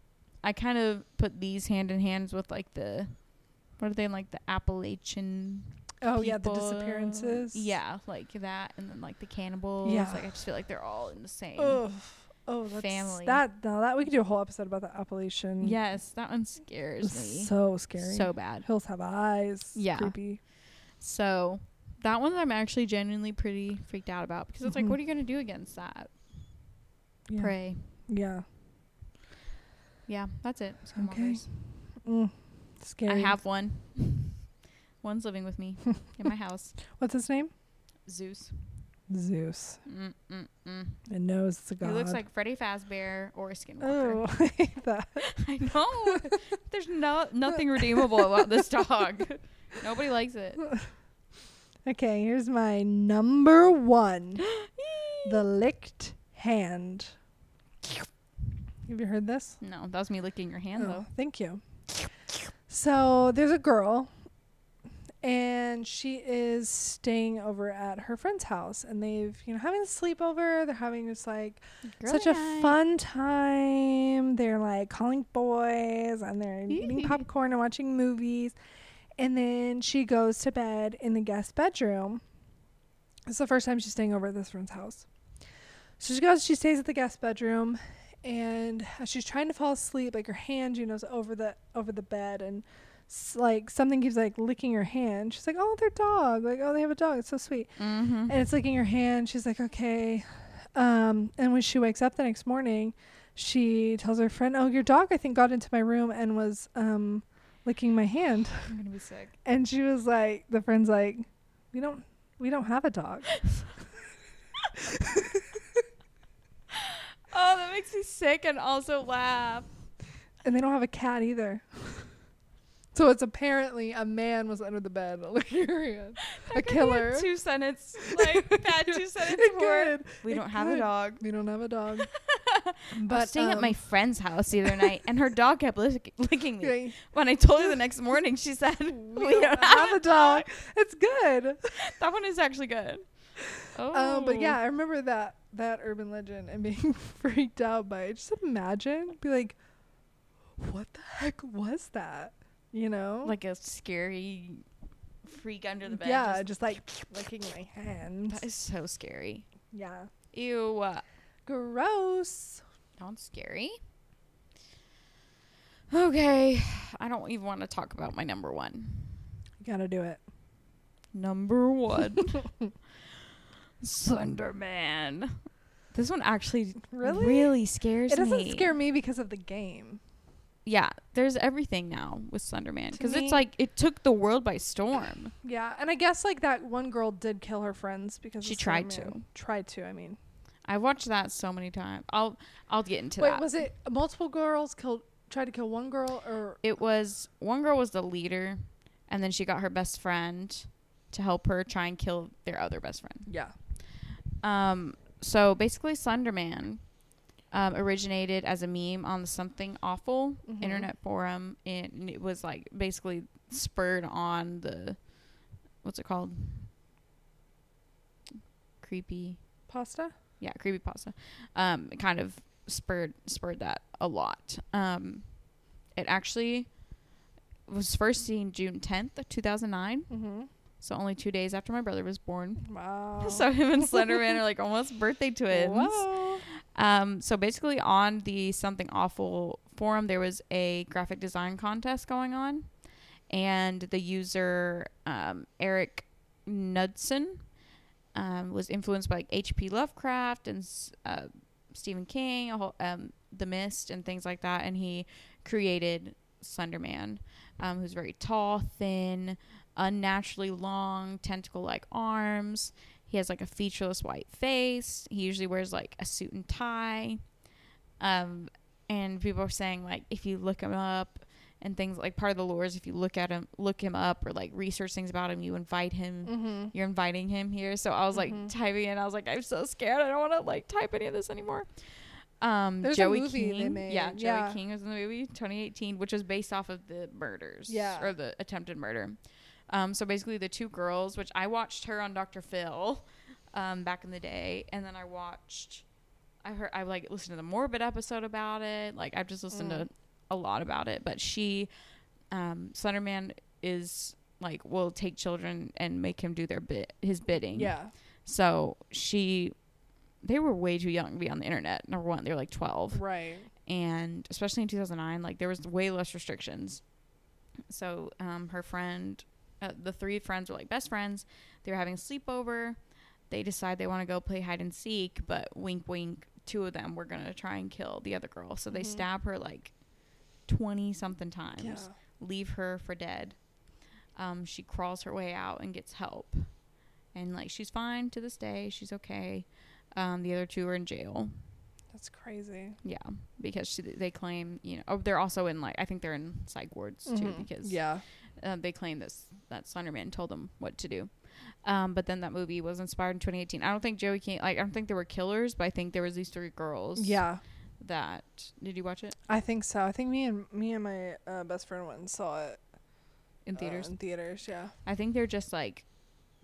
Speaker 2: I kind of put these hand in hands with like the what are they like the Appalachian
Speaker 1: oh, yeah, the
Speaker 2: people.
Speaker 1: disappearances.
Speaker 2: Yeah, like that, and then like the cannibals.
Speaker 1: Yeah.
Speaker 2: like I just feel like they're all in the same.
Speaker 1: Ugh. Oh, that's
Speaker 2: Family.
Speaker 1: that. Now that we could do a whole episode about the Appalachian.
Speaker 2: Yes, that one scares me
Speaker 1: so scary.
Speaker 2: so bad.
Speaker 1: hills have eyes.
Speaker 2: Yeah.
Speaker 1: creepy.
Speaker 2: So that one I'm actually genuinely pretty freaked out about because it's
Speaker 1: Mhm.
Speaker 2: like, what are you gonna do against that?
Speaker 1: Yeah.
Speaker 2: Pray.
Speaker 1: Yeah,
Speaker 2: Yeah, that's it.
Speaker 1: Okay.
Speaker 2: Skinwalkers.
Speaker 1: mm. scary.
Speaker 2: I have one. <laughs> One's living with
Speaker 1: <laughs>
Speaker 2: me in my house.
Speaker 1: What's his name?
Speaker 2: Zeus.
Speaker 1: Zeus.
Speaker 2: Mm, mm, mm.
Speaker 1: It knows it's a god.
Speaker 2: He looks like Freddy Fazbear or a Skinwalker.
Speaker 1: Oh, <laughs> I hate that.
Speaker 2: <laughs> I
Speaker 1: <laughs>
Speaker 2: know. There's no nothing redeemable about
Speaker 1: <laughs>
Speaker 2: this dog. Nobody likes it.
Speaker 1: Okay, here's my number one. the licked
Speaker 2: <gasps>
Speaker 1: hand. Have you heard this?
Speaker 2: No, that was me licking your hand
Speaker 1: Oh,
Speaker 2: though.
Speaker 1: Thank you. So there's a girl, and she is staying over at her friend's house, and they've you know having a sleepover. They're having just like Oh, such a fun time. They're like calling boys, and they're eating popcorn and watching movies. And then she goes to bed in the guest bedroom. It's the first time she's staying over at this friend's house. So she goes, she stays at the guest bedroom, and as she's trying to fall asleep, like her hand, you know, is over the over the bed, and s- like something keeps like licking her hand. She's like, "Oh, their dog! Like, oh, they have a dog. It's so sweet."
Speaker 2: Mm-hmm.
Speaker 1: <laughs> And it's licking her hand. She's like, "Okay." Um, and when she wakes up the next morning, she tells her friend, "Oh, your dog, I think, got into my room and was um, licking my hand."
Speaker 2: I'm gonna be sick.
Speaker 1: And she was like, the friend's like, we don't, we don't have a dog.
Speaker 2: Oh, that makes me sick and also laugh.
Speaker 1: and they don't have a cat either. <laughs> so it's apparently a man was under the bed <laughs> looking her hand. A
Speaker 2: That could be
Speaker 1: killer. <laughs>
Speaker 2: Two sentence like that. Two sentence
Speaker 1: It
Speaker 2: word.
Speaker 1: could.
Speaker 2: We
Speaker 1: It
Speaker 2: don't have a
Speaker 1: could.
Speaker 2: dog.
Speaker 1: We don't have a dog. <laughs> Oh,
Speaker 2: But I was staying at my
Speaker 1: um,
Speaker 2: friend's house the other night, and her dog kept lick- licking
Speaker 1: <laughs>
Speaker 2: me.
Speaker 1: okay,
Speaker 2: When I told her the next morning, she said, "We,
Speaker 1: we, don't, have, a dog. It's good.
Speaker 2: That one is actually good. Oh,
Speaker 1: Um, but yeah, I remember that that urban legend and being <laughs> freaked out by it. Just imagine, be like, what the heck was that? You know,
Speaker 2: like a scary freak under the bed.
Speaker 1: yeah,
Speaker 2: just-
Speaker 1: just,
Speaker 2: <sniffs>
Speaker 1: like licking my hands.
Speaker 2: <laughs> that is so scary.
Speaker 1: Yeah,
Speaker 2: Ew, uh,
Speaker 1: gross.
Speaker 2: not scary. Okay, I don't even want to talk about my number one.
Speaker 1: You gotta do it.
Speaker 2: Number <laughs> one, Slenderman. This one actually
Speaker 1: Really?
Speaker 2: really scares
Speaker 1: It doesn't
Speaker 2: me.
Speaker 1: scare me because of the game.
Speaker 2: yeah, there's everything now with
Speaker 1: To
Speaker 2: Slenderman because
Speaker 1: me-
Speaker 2: it's like it took the world by storm.
Speaker 1: Yeah, and I guess like that one girl did kill her friends because
Speaker 2: She
Speaker 1: of
Speaker 2: tried
Speaker 1: Slenderman. Tried to, I mean.
Speaker 2: I watched that so many times. I'll I'll get into
Speaker 1: Wait,
Speaker 2: that.
Speaker 1: was it multiple girls killed? Tried to kill one girl, or
Speaker 2: it was one girl was the leader, and then she got her best friend to help her try and kill their other best friend.
Speaker 1: yeah,
Speaker 2: Um, so basically, Slenderman um, originated as a meme on the Something Awful
Speaker 1: Mhm.
Speaker 2: internet forum, and it was like basically spurred on the what's it called? Creepy,
Speaker 1: pasta.
Speaker 2: yeah, creepy pasta. Um, it kind of spurred spurred that a lot. Um, it actually was first seen June tenth, two thousand nine.
Speaker 1: Mm-hmm.
Speaker 2: So only two days after my brother was born.
Speaker 1: Wow.
Speaker 2: <laughs> So him and Slenderman are like almost birthday twins.
Speaker 1: Whoa.
Speaker 2: Um, so basically, on the Something Awful forum, there was a graphic design contest going on, and the user um, Eric Knudsen um, was influenced by like H.P. Lovecraft and s- uh, Stephen King, a whole, um, The Mist, and things like that, and he created Slenderman, um, who's very tall, thin, unnaturally long, tentacle-like arms. He has like a featureless white face. He usually wears like a suit and tie. Um, and people are saying like if you look him up and things like part of the lore is if you look at him, look him up or like research things about him, you invite him.
Speaker 1: Mm-hmm.
Speaker 2: You're inviting him here. So I was like
Speaker 1: Mhm.
Speaker 2: typing in. I was like, I'm so scared. I don't want to like type any of this anymore. Um,
Speaker 1: There's a
Speaker 2: Joey
Speaker 1: movie they
Speaker 2: King, yeah,
Speaker 1: made,
Speaker 2: Joey
Speaker 1: yeah.
Speaker 2: King was in the movie 2018, which was based off of the murders,
Speaker 1: Yeah.
Speaker 2: or the attempted murder. Um, so basically, the two girls, which I watched her on Dr. Phil, um, back in the day, and then I watched, I heard, I like listened to the Morbid episode about it. Like I've just listened
Speaker 1: Mm.
Speaker 2: to a lot about it. But she, um, Slenderman is like will take children and make him do their bit his bidding.
Speaker 1: Yeah.
Speaker 2: So she, they were way too young to be on the internet. Number one, they were like twelve
Speaker 1: Right.
Speaker 2: and especially in 2009 like there was way less restrictions so um, her friend uh, the three friends were like best friends they were having a sleepover they decide they want to go play hide and seek but wink wink two of them were going to try and kill the other girl so they
Speaker 1: Mhm.
Speaker 2: stab her like 20 something times
Speaker 1: Yeah.
Speaker 2: leave her for dead um, she crawls her way out and gets help and like she's fine to this day she's okay um, the other two are in jail
Speaker 1: That's crazy.
Speaker 2: yeah, because she, they claim you know. Oh, they're also in like I think they're in psych wards too
Speaker 1: Mhm.
Speaker 2: because
Speaker 1: yeah.
Speaker 2: um, they claim that s- that Slenderman told them what to do. Um, but then that movie was inspired in 2018. I don't think Joey King like I don't think there were killers, but I think there was these three girls.
Speaker 1: Yeah.
Speaker 2: That did you watch it
Speaker 1: I think so. I think me and me and my uh, best friend went and saw it
Speaker 2: in
Speaker 1: uh,
Speaker 2: theaters?
Speaker 1: in theaters, yeah.
Speaker 2: I think they're just like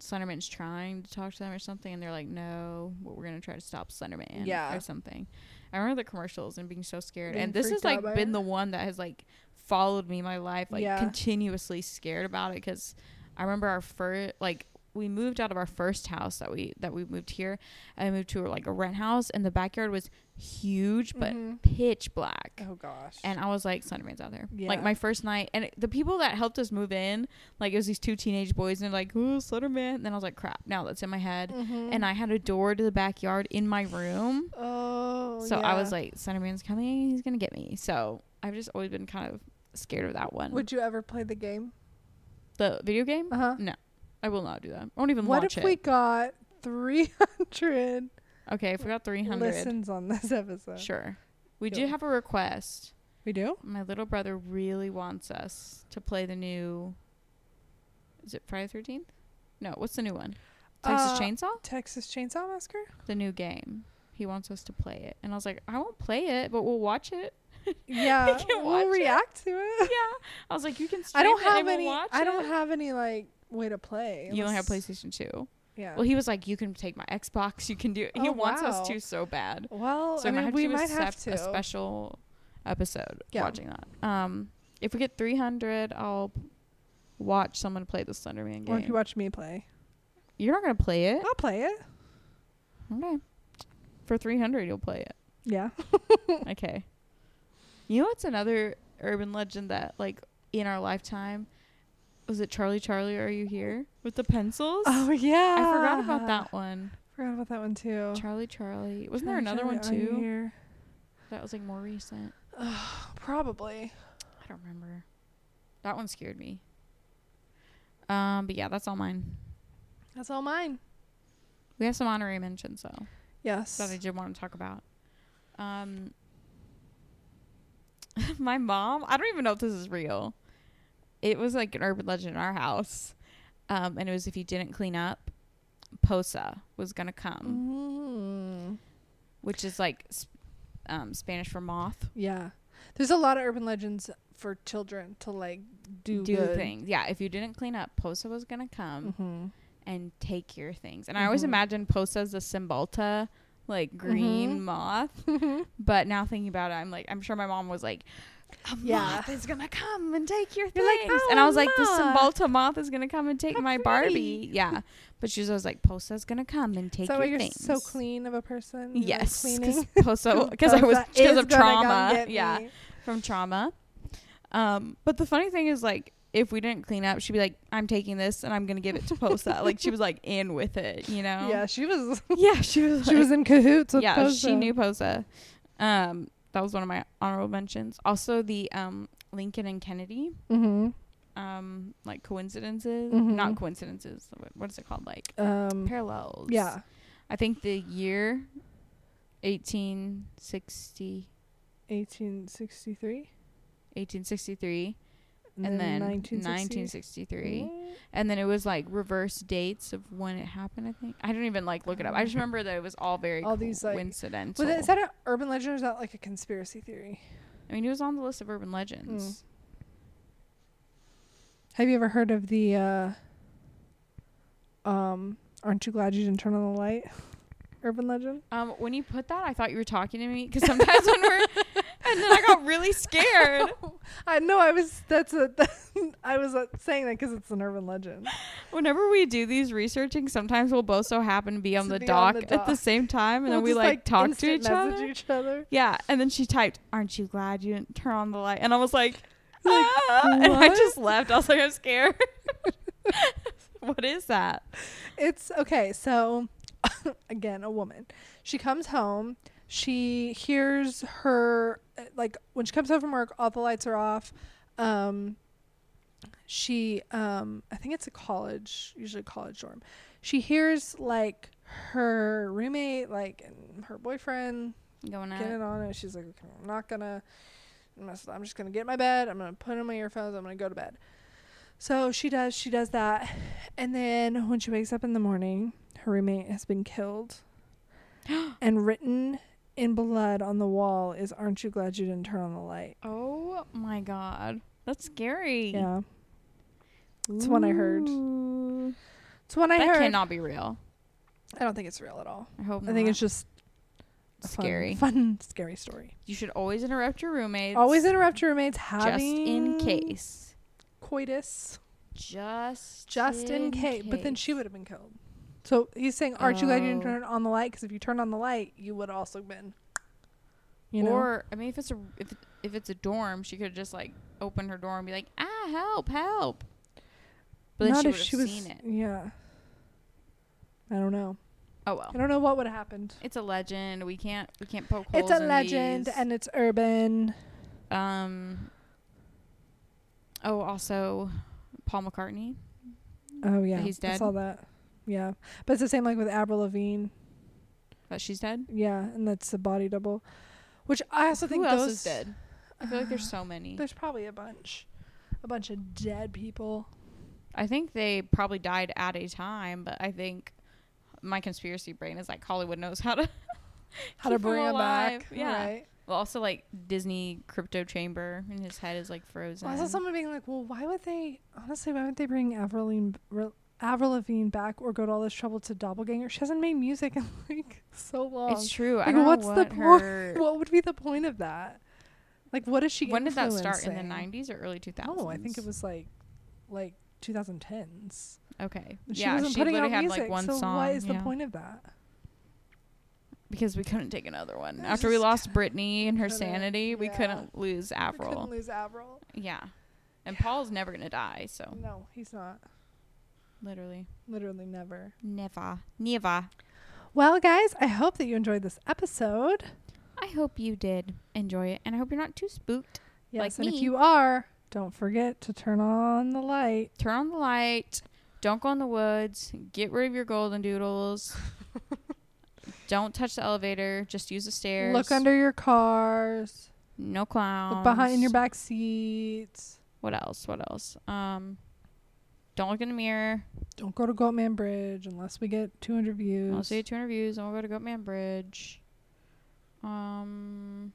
Speaker 2: Slenderman's trying to talk to them or something, and they're like, "No, well, we're gonna try to stop Slenderman."
Speaker 1: Yeah.
Speaker 2: or something. I remember the commercials and being so scared,
Speaker 1: Being
Speaker 2: and this has
Speaker 1: freaked out
Speaker 2: like
Speaker 1: by
Speaker 2: been
Speaker 1: it.
Speaker 2: the one that has like followed me my life, like
Speaker 1: Yeah.
Speaker 2: continuously scared about it because I remember our first like. We moved out of our first house that we that we moved here. I moved to like a rent house, and the backyard was huge but
Speaker 1: Mhm.
Speaker 2: pitch black.
Speaker 1: Oh gosh.
Speaker 2: And I was like, Slenderman's out there.
Speaker 1: Yeah.
Speaker 2: Like my first night, and it- the people that helped us move in, like it was these two teenage boys, and they're like, "Ooh, Slenderman!" And then I was like, "Crap!" Now that's in my head.
Speaker 1: Mhm.
Speaker 2: And I had a door to the backyard in my room,
Speaker 1: Oh.
Speaker 2: so I
Speaker 1: yeah.
Speaker 2: was like, "Slenderman's coming. He's gonna get me." So I've just always been kind of scared of that one.
Speaker 1: Would you ever play the game?
Speaker 2: the video game?
Speaker 1: Uh-huh.
Speaker 2: I will not do that. I won't even
Speaker 1: What
Speaker 2: launch
Speaker 1: if
Speaker 2: it.
Speaker 1: we got 300
Speaker 2: okay, I forgot three hundred.
Speaker 1: listens on this <laughs> episode?
Speaker 2: Sure. We
Speaker 1: Yeah.
Speaker 2: do have a request.
Speaker 1: We do?
Speaker 2: My little brother really wants us to play the new. Is it Friday Thirteenth? No, what's the new one? Texas
Speaker 1: Uh,
Speaker 2: Chainsaw,
Speaker 1: Texas Chainsaw Massacre?
Speaker 2: <laughs> the new game. He wants us to play it, and I was like, I won't play it, but we'll
Speaker 1: <laughs>
Speaker 2: watch it.
Speaker 1: Yeah.
Speaker 2: can watch
Speaker 1: we'll
Speaker 2: it.
Speaker 1: react to it.
Speaker 2: yeah, I was like, you can. Stream
Speaker 1: I don't
Speaker 2: it and
Speaker 1: have
Speaker 2: we'll
Speaker 1: any
Speaker 2: watch
Speaker 1: I don't
Speaker 2: it."
Speaker 1: have any like way to play.
Speaker 2: You only have
Speaker 1: unless-
Speaker 2: PlayStation Two.
Speaker 1: Yeah.
Speaker 2: Well, he was like, you can take my Xbox. You can do. It. He
Speaker 1: Oh,
Speaker 2: wants
Speaker 1: wow.
Speaker 2: us to so bad.
Speaker 1: Well,
Speaker 2: So
Speaker 1: I
Speaker 2: I might
Speaker 1: mean,
Speaker 2: have
Speaker 1: we
Speaker 2: to do a
Speaker 1: might have to.
Speaker 2: sep- a special episode
Speaker 1: Yeah.
Speaker 2: watching that. Um, if we get three hundred, I'll watch someone play the Slenderman
Speaker 1: Or if you
Speaker 2: game.
Speaker 1: watch me play,
Speaker 2: You're not gonna play it.
Speaker 1: I'll play it.
Speaker 2: Okay. For 300, you'll play <laughs> it.
Speaker 1: Yeah.
Speaker 2: Okay. You know what's another urban legend that, like, in our lifetime? Was it Charlie Charlie, Are You Here? With the pencils?
Speaker 1: <laughs>
Speaker 2: Oh,
Speaker 1: Oh yeah.
Speaker 2: I forgot about that one.
Speaker 1: Forgot about that one too.
Speaker 2: Charlie Charlie. Wasn't
Speaker 1: Charlie,
Speaker 2: there another
Speaker 1: Charlie,
Speaker 2: one,
Speaker 1: are you
Speaker 2: too?
Speaker 1: here?
Speaker 2: That was, like, more recent.
Speaker 1: Probably.
Speaker 2: don't remember. That one scared me. Um, but yeah, that's all mine.
Speaker 1: That's all mine.
Speaker 2: We have some honorary mentions though
Speaker 1: Yes.
Speaker 2: that I did want to talk about. Um, <laughs> my mom, I don't even know if this is real. It was like an urban legend in our house. Um, and it was if you didn't clean up, Posa was going to
Speaker 1: Mm.
Speaker 2: come, which is like sp- um, Spanish for moth.
Speaker 1: Yeah. There's a lot of urban legends for children to like do,
Speaker 2: do
Speaker 1: good.
Speaker 2: things. Yeah, if you didn't clean up, Posa was going to come
Speaker 1: Mm-hmm.
Speaker 2: and take your things. And I always
Speaker 1: Mhm.
Speaker 2: imagine Posa as a Cymbalta, like green
Speaker 1: Mhm.
Speaker 2: moth.
Speaker 1: <laughs>
Speaker 2: But now thinking about it, I'm like, I'm sure my mom was like, a
Speaker 1: Yeah.
Speaker 2: moth is gonna come and take your
Speaker 1: You're
Speaker 2: things.
Speaker 1: like,
Speaker 2: and I
Speaker 1: "Oh,
Speaker 2: was like, the
Speaker 1: moth."
Speaker 2: Cymbalta moth is gonna come and take
Speaker 1: How
Speaker 2: my
Speaker 1: pretty."
Speaker 2: Barbie. Yeah. But she was always like, Posa's gonna come and take
Speaker 1: So
Speaker 2: your
Speaker 1: why you're
Speaker 2: things.
Speaker 1: so clean of a person. You like
Speaker 2: Yes, because <laughs>
Speaker 1: cleaning. <laughs>
Speaker 2: Posa, because I was
Speaker 1: Rosa
Speaker 2: because
Speaker 1: is
Speaker 2: of
Speaker 1: gonna come
Speaker 2: trauma.
Speaker 1: get
Speaker 2: Yeah,
Speaker 1: me.
Speaker 2: from trauma. Um, but the funny thing is, like, if we didn't clean up, she'd be like, "I'm taking this and I'm gonna give it
Speaker 1: <laughs>
Speaker 2: to Posa." like, she was like in with it, you know?
Speaker 1: Yeah, she was.
Speaker 2: <laughs> yeah. She was.
Speaker 1: She was in cahoots with
Speaker 2: yeah,
Speaker 1: Posa.
Speaker 2: she knew Posa. Um, that was one of my honorable mentions. Also, the um, Lincoln and Kennedy,
Speaker 1: Mhm.
Speaker 2: um, like coincidences,
Speaker 1: Mhm.
Speaker 2: not coincidences. what- What is it called? Like
Speaker 1: Um.
Speaker 2: parallels.
Speaker 1: Yeah.
Speaker 2: I think the year, eighteen sixty,
Speaker 1: 1863
Speaker 2: eighteen sixty three,
Speaker 1: and,
Speaker 2: and then
Speaker 1: 1963.
Speaker 2: 1963. And then it was like reverse dates of when it happened, I think. I don't even like look it up. I just remember that it was all very
Speaker 1: All these, like-
Speaker 2: coincidental.
Speaker 1: Was it, is that an urban legend or is that like a conspiracy theory?
Speaker 2: I mean, it was on the list of urban
Speaker 1: Mm.
Speaker 2: legends.
Speaker 1: Have you ever heard of the uh um aren't you glad you didn't turn on the light? Urban legend? <laughs>
Speaker 2: Um, when you put that, I thought you were talking to me because sometimes <laughs> when we're, and then I got really scared.
Speaker 1: I know I was that's a <laughs> I was uh, saying that cuz it's an urban legend.
Speaker 2: Whenever we do these researching, sometimes we'll both so happen to be on,
Speaker 1: To
Speaker 2: the,
Speaker 1: be on
Speaker 2: dock
Speaker 1: the
Speaker 2: at the
Speaker 1: dock.
Speaker 2: same time, and
Speaker 1: We'll
Speaker 2: then we
Speaker 1: just,
Speaker 2: like, talk to
Speaker 1: instant
Speaker 2: each other.
Speaker 1: message each other.
Speaker 2: Yeah, and then she typed, "Aren't you glad you didn't turn on the light?" And I was like,
Speaker 1: <laughs> Like,
Speaker 2: "Ah," <laughs> and I
Speaker 1: what?
Speaker 2: just left. I was like, "I'm scared." <laughs> what is that?
Speaker 1: It's okay. So, <laughs> again, a woman. She comes home. She hears her uh, like when she comes home from work, all the lights are off. Um, she, um, I think it's a college, usually a college dorm. She hears like her roommate, like and her boyfriend,
Speaker 2: Going
Speaker 1: get it on and she's like okay, i'm not gonna I'm, gonna I'm just gonna get in my bed i'm gonna put in my earphones i'm gonna go to bed so she does she does that and then when she wakes up in the morning her roommate has been killed
Speaker 2: <gasps>
Speaker 1: and written in blood on the wall is aren't you glad you didn't turn on the light
Speaker 2: Oh my god, that's scary.
Speaker 1: yeah it's one I heard.
Speaker 2: Ooh.
Speaker 1: it's one i
Speaker 2: that
Speaker 1: heard
Speaker 2: cannot be real.
Speaker 1: i don't think it's real at all
Speaker 2: I hope.
Speaker 1: i think it's just a fun-
Speaker 2: scary.
Speaker 1: fun, scary story
Speaker 2: You should always interrupt your roommates.
Speaker 1: always interrupt your roommates
Speaker 2: just
Speaker 1: having
Speaker 2: in case.
Speaker 1: coitus
Speaker 2: Just
Speaker 1: just in, case. But then she would have been killed. So he's saying, "Aren't you glad you didn't
Speaker 2: Oh.
Speaker 1: turn on the light? Because if you turned on the light, you would also been." You know,
Speaker 2: Or I mean, if it's a if it, if it's a dorm, she could just like open her door and be like, "Ah, help, help!" But then
Speaker 1: Not
Speaker 2: she
Speaker 1: if
Speaker 2: would have seen it.
Speaker 1: Yeah, I don't know.
Speaker 2: Oh well,
Speaker 1: I don't know what would have happened.
Speaker 2: it's a legend. We can't we can't poke
Speaker 1: It's
Speaker 2: holes.
Speaker 1: a
Speaker 2: in
Speaker 1: legend
Speaker 2: these.
Speaker 1: and it's urban.
Speaker 2: um. Oh, also, Paul McCartney.
Speaker 1: Oh yeah,
Speaker 2: he's
Speaker 1: I
Speaker 2: dead?
Speaker 1: saw that. Yeah, but it's the same like with Avril Lavigne.
Speaker 2: That uh, she's dead.
Speaker 1: Yeah, and that's the body double, which I also think
Speaker 2: Who
Speaker 1: those
Speaker 2: else is dead? I feel like there's so many.
Speaker 1: <sighs> There's probably a bunch, a bunch of dead people.
Speaker 2: I think they probably died at a time, but I think my conspiracy brain is like Hollywood knows how to.
Speaker 1: How to
Speaker 2: Keep 'em
Speaker 1: bring 'em
Speaker 2: alive,
Speaker 1: back?
Speaker 2: yeah.
Speaker 1: Right.
Speaker 2: Well, also like Disney crypto chamber, and his head is like frozen.
Speaker 1: Well, I saw someone being like, "Well, why would they? Honestly, why would they bring Avril Lavigne, Re- Avril Lavigne back or go to all this trouble to Doppelganger? She hasn't made music in <laughs> like so long.
Speaker 2: It's true. I
Speaker 1: Like,
Speaker 2: don't
Speaker 1: what's
Speaker 2: know
Speaker 1: the
Speaker 2: what
Speaker 1: point? <laughs>
Speaker 2: her.
Speaker 1: what would be the point of that? Like, what is she?
Speaker 2: when did that start? In the
Speaker 1: influencing?
Speaker 2: nineties or early two thousands?
Speaker 1: No, I think it was like, like 2010s.
Speaker 2: Okay.
Speaker 1: She
Speaker 2: yeah,
Speaker 1: wasn't
Speaker 2: she
Speaker 1: putting
Speaker 2: literally
Speaker 1: out
Speaker 2: had
Speaker 1: music,
Speaker 2: like one
Speaker 1: so
Speaker 2: song.
Speaker 1: what is
Speaker 2: yeah.
Speaker 1: the point of that?
Speaker 2: Because we couldn't take another one
Speaker 1: It's
Speaker 2: after we
Speaker 1: just
Speaker 2: lost Britney and her
Speaker 1: kinda-
Speaker 2: sanity. We
Speaker 1: yeah.
Speaker 2: couldn't lose
Speaker 1: We couldn't
Speaker 2: Avril.
Speaker 1: lose Avril.
Speaker 2: Yeah, and Paul's never gonna die. So
Speaker 1: No, he's not.
Speaker 2: literally,
Speaker 1: Literally never.
Speaker 2: never, never.
Speaker 1: Well, guys, I hope that you enjoyed this episode.
Speaker 2: I hope you did enjoy it, and I hope you're not too spooked.
Speaker 1: Yes,
Speaker 2: Like
Speaker 1: and
Speaker 2: me.
Speaker 1: if you are, don't forget to turn on the light.
Speaker 2: Turn on the light. Don't go in the woods. Get rid of your
Speaker 1: <laughs>
Speaker 2: golden doodles. don't touch the elevator. Just use the stairs.
Speaker 1: Look under your cars.
Speaker 2: No clowns.
Speaker 1: Look behind your back seats.
Speaker 2: What else? What else? Um, don't look in the mirror.
Speaker 1: Don't go to Goatman Bridge unless we get 200 views.
Speaker 2: I'll see 200 views, and we'll go to Goatman Bridge. Um,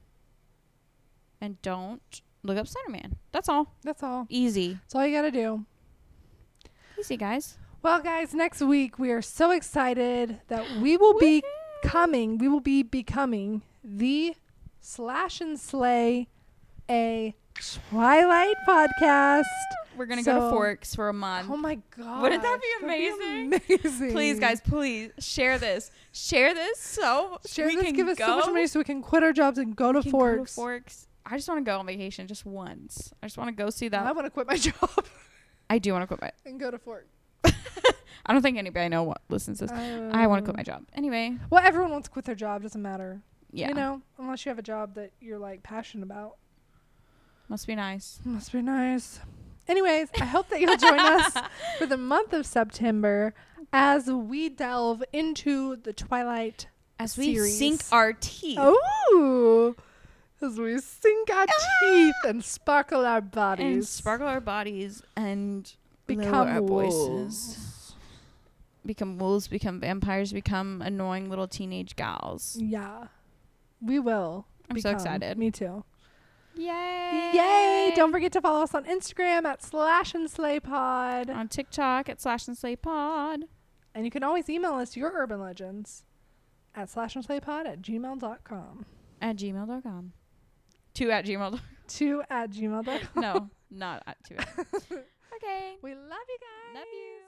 Speaker 2: and don't look up Slender Man. That's all.
Speaker 1: That's all.
Speaker 2: Easy.
Speaker 1: That's all you got to do.
Speaker 2: Easy, guys.
Speaker 1: Well, guys, next week we are so excited that we will be
Speaker 2: Woohoo!
Speaker 1: coming, we will be becoming the Slash and Slay a Twilight podcast.
Speaker 2: We're gonna go to
Speaker 1: So-
Speaker 2: Forks for a month.
Speaker 1: Oh my god.
Speaker 2: Wouldn't that be
Speaker 1: amazing.
Speaker 2: please, guys, please share this. Share this so
Speaker 1: Share
Speaker 2: we
Speaker 1: this,
Speaker 2: can
Speaker 1: give us
Speaker 2: go.
Speaker 1: so much money so we can quit our jobs and go to
Speaker 2: We can go to
Speaker 1: Forks.
Speaker 2: Forks. I just want to go on vacation just once. I just want to go see
Speaker 1: I
Speaker 2: that.
Speaker 1: want to quit my <laughs> job
Speaker 2: I do want to quit my.
Speaker 1: and go to Forks.
Speaker 2: I don't think anybody I know what listens to this. I want to quit my job. Anyway,
Speaker 1: Um, Well, everyone wants to quit their job. Doesn't matter.
Speaker 2: yeah,
Speaker 1: You know, unless you have a job that you're like passionate about.
Speaker 2: must be nice.
Speaker 1: Must be nice. Anyways, I hope that you'll join
Speaker 2: <laughs>
Speaker 1: us for the month of September as we delve into the Twilight.
Speaker 2: As we
Speaker 1: Series.
Speaker 2: sink our teeth.
Speaker 1: Oh, as we sink our teeth and sparkle our bodies.
Speaker 2: Ah! and sparkle our bodies and
Speaker 1: Become
Speaker 2: lower our voices.
Speaker 1: wolves.
Speaker 2: Become wolves, become vampires, become annoying little teenage gals.
Speaker 1: Yeah, we will.
Speaker 2: I'm so
Speaker 1: become.
Speaker 2: excited.
Speaker 1: Me too.
Speaker 2: Yay!
Speaker 1: Yay! Don't forget to follow us on Instagram at slash and slay pod.
Speaker 2: on TikTok at slash and slay pod.
Speaker 1: And you can always email us your urban legends at slash and slaypod at gmail.com.
Speaker 2: At gmail.com. Two at gmail.
Speaker 1: Two at gmail.com.
Speaker 2: <laughs> no, not at two. At. okay.
Speaker 1: We love you guys.
Speaker 2: Love you.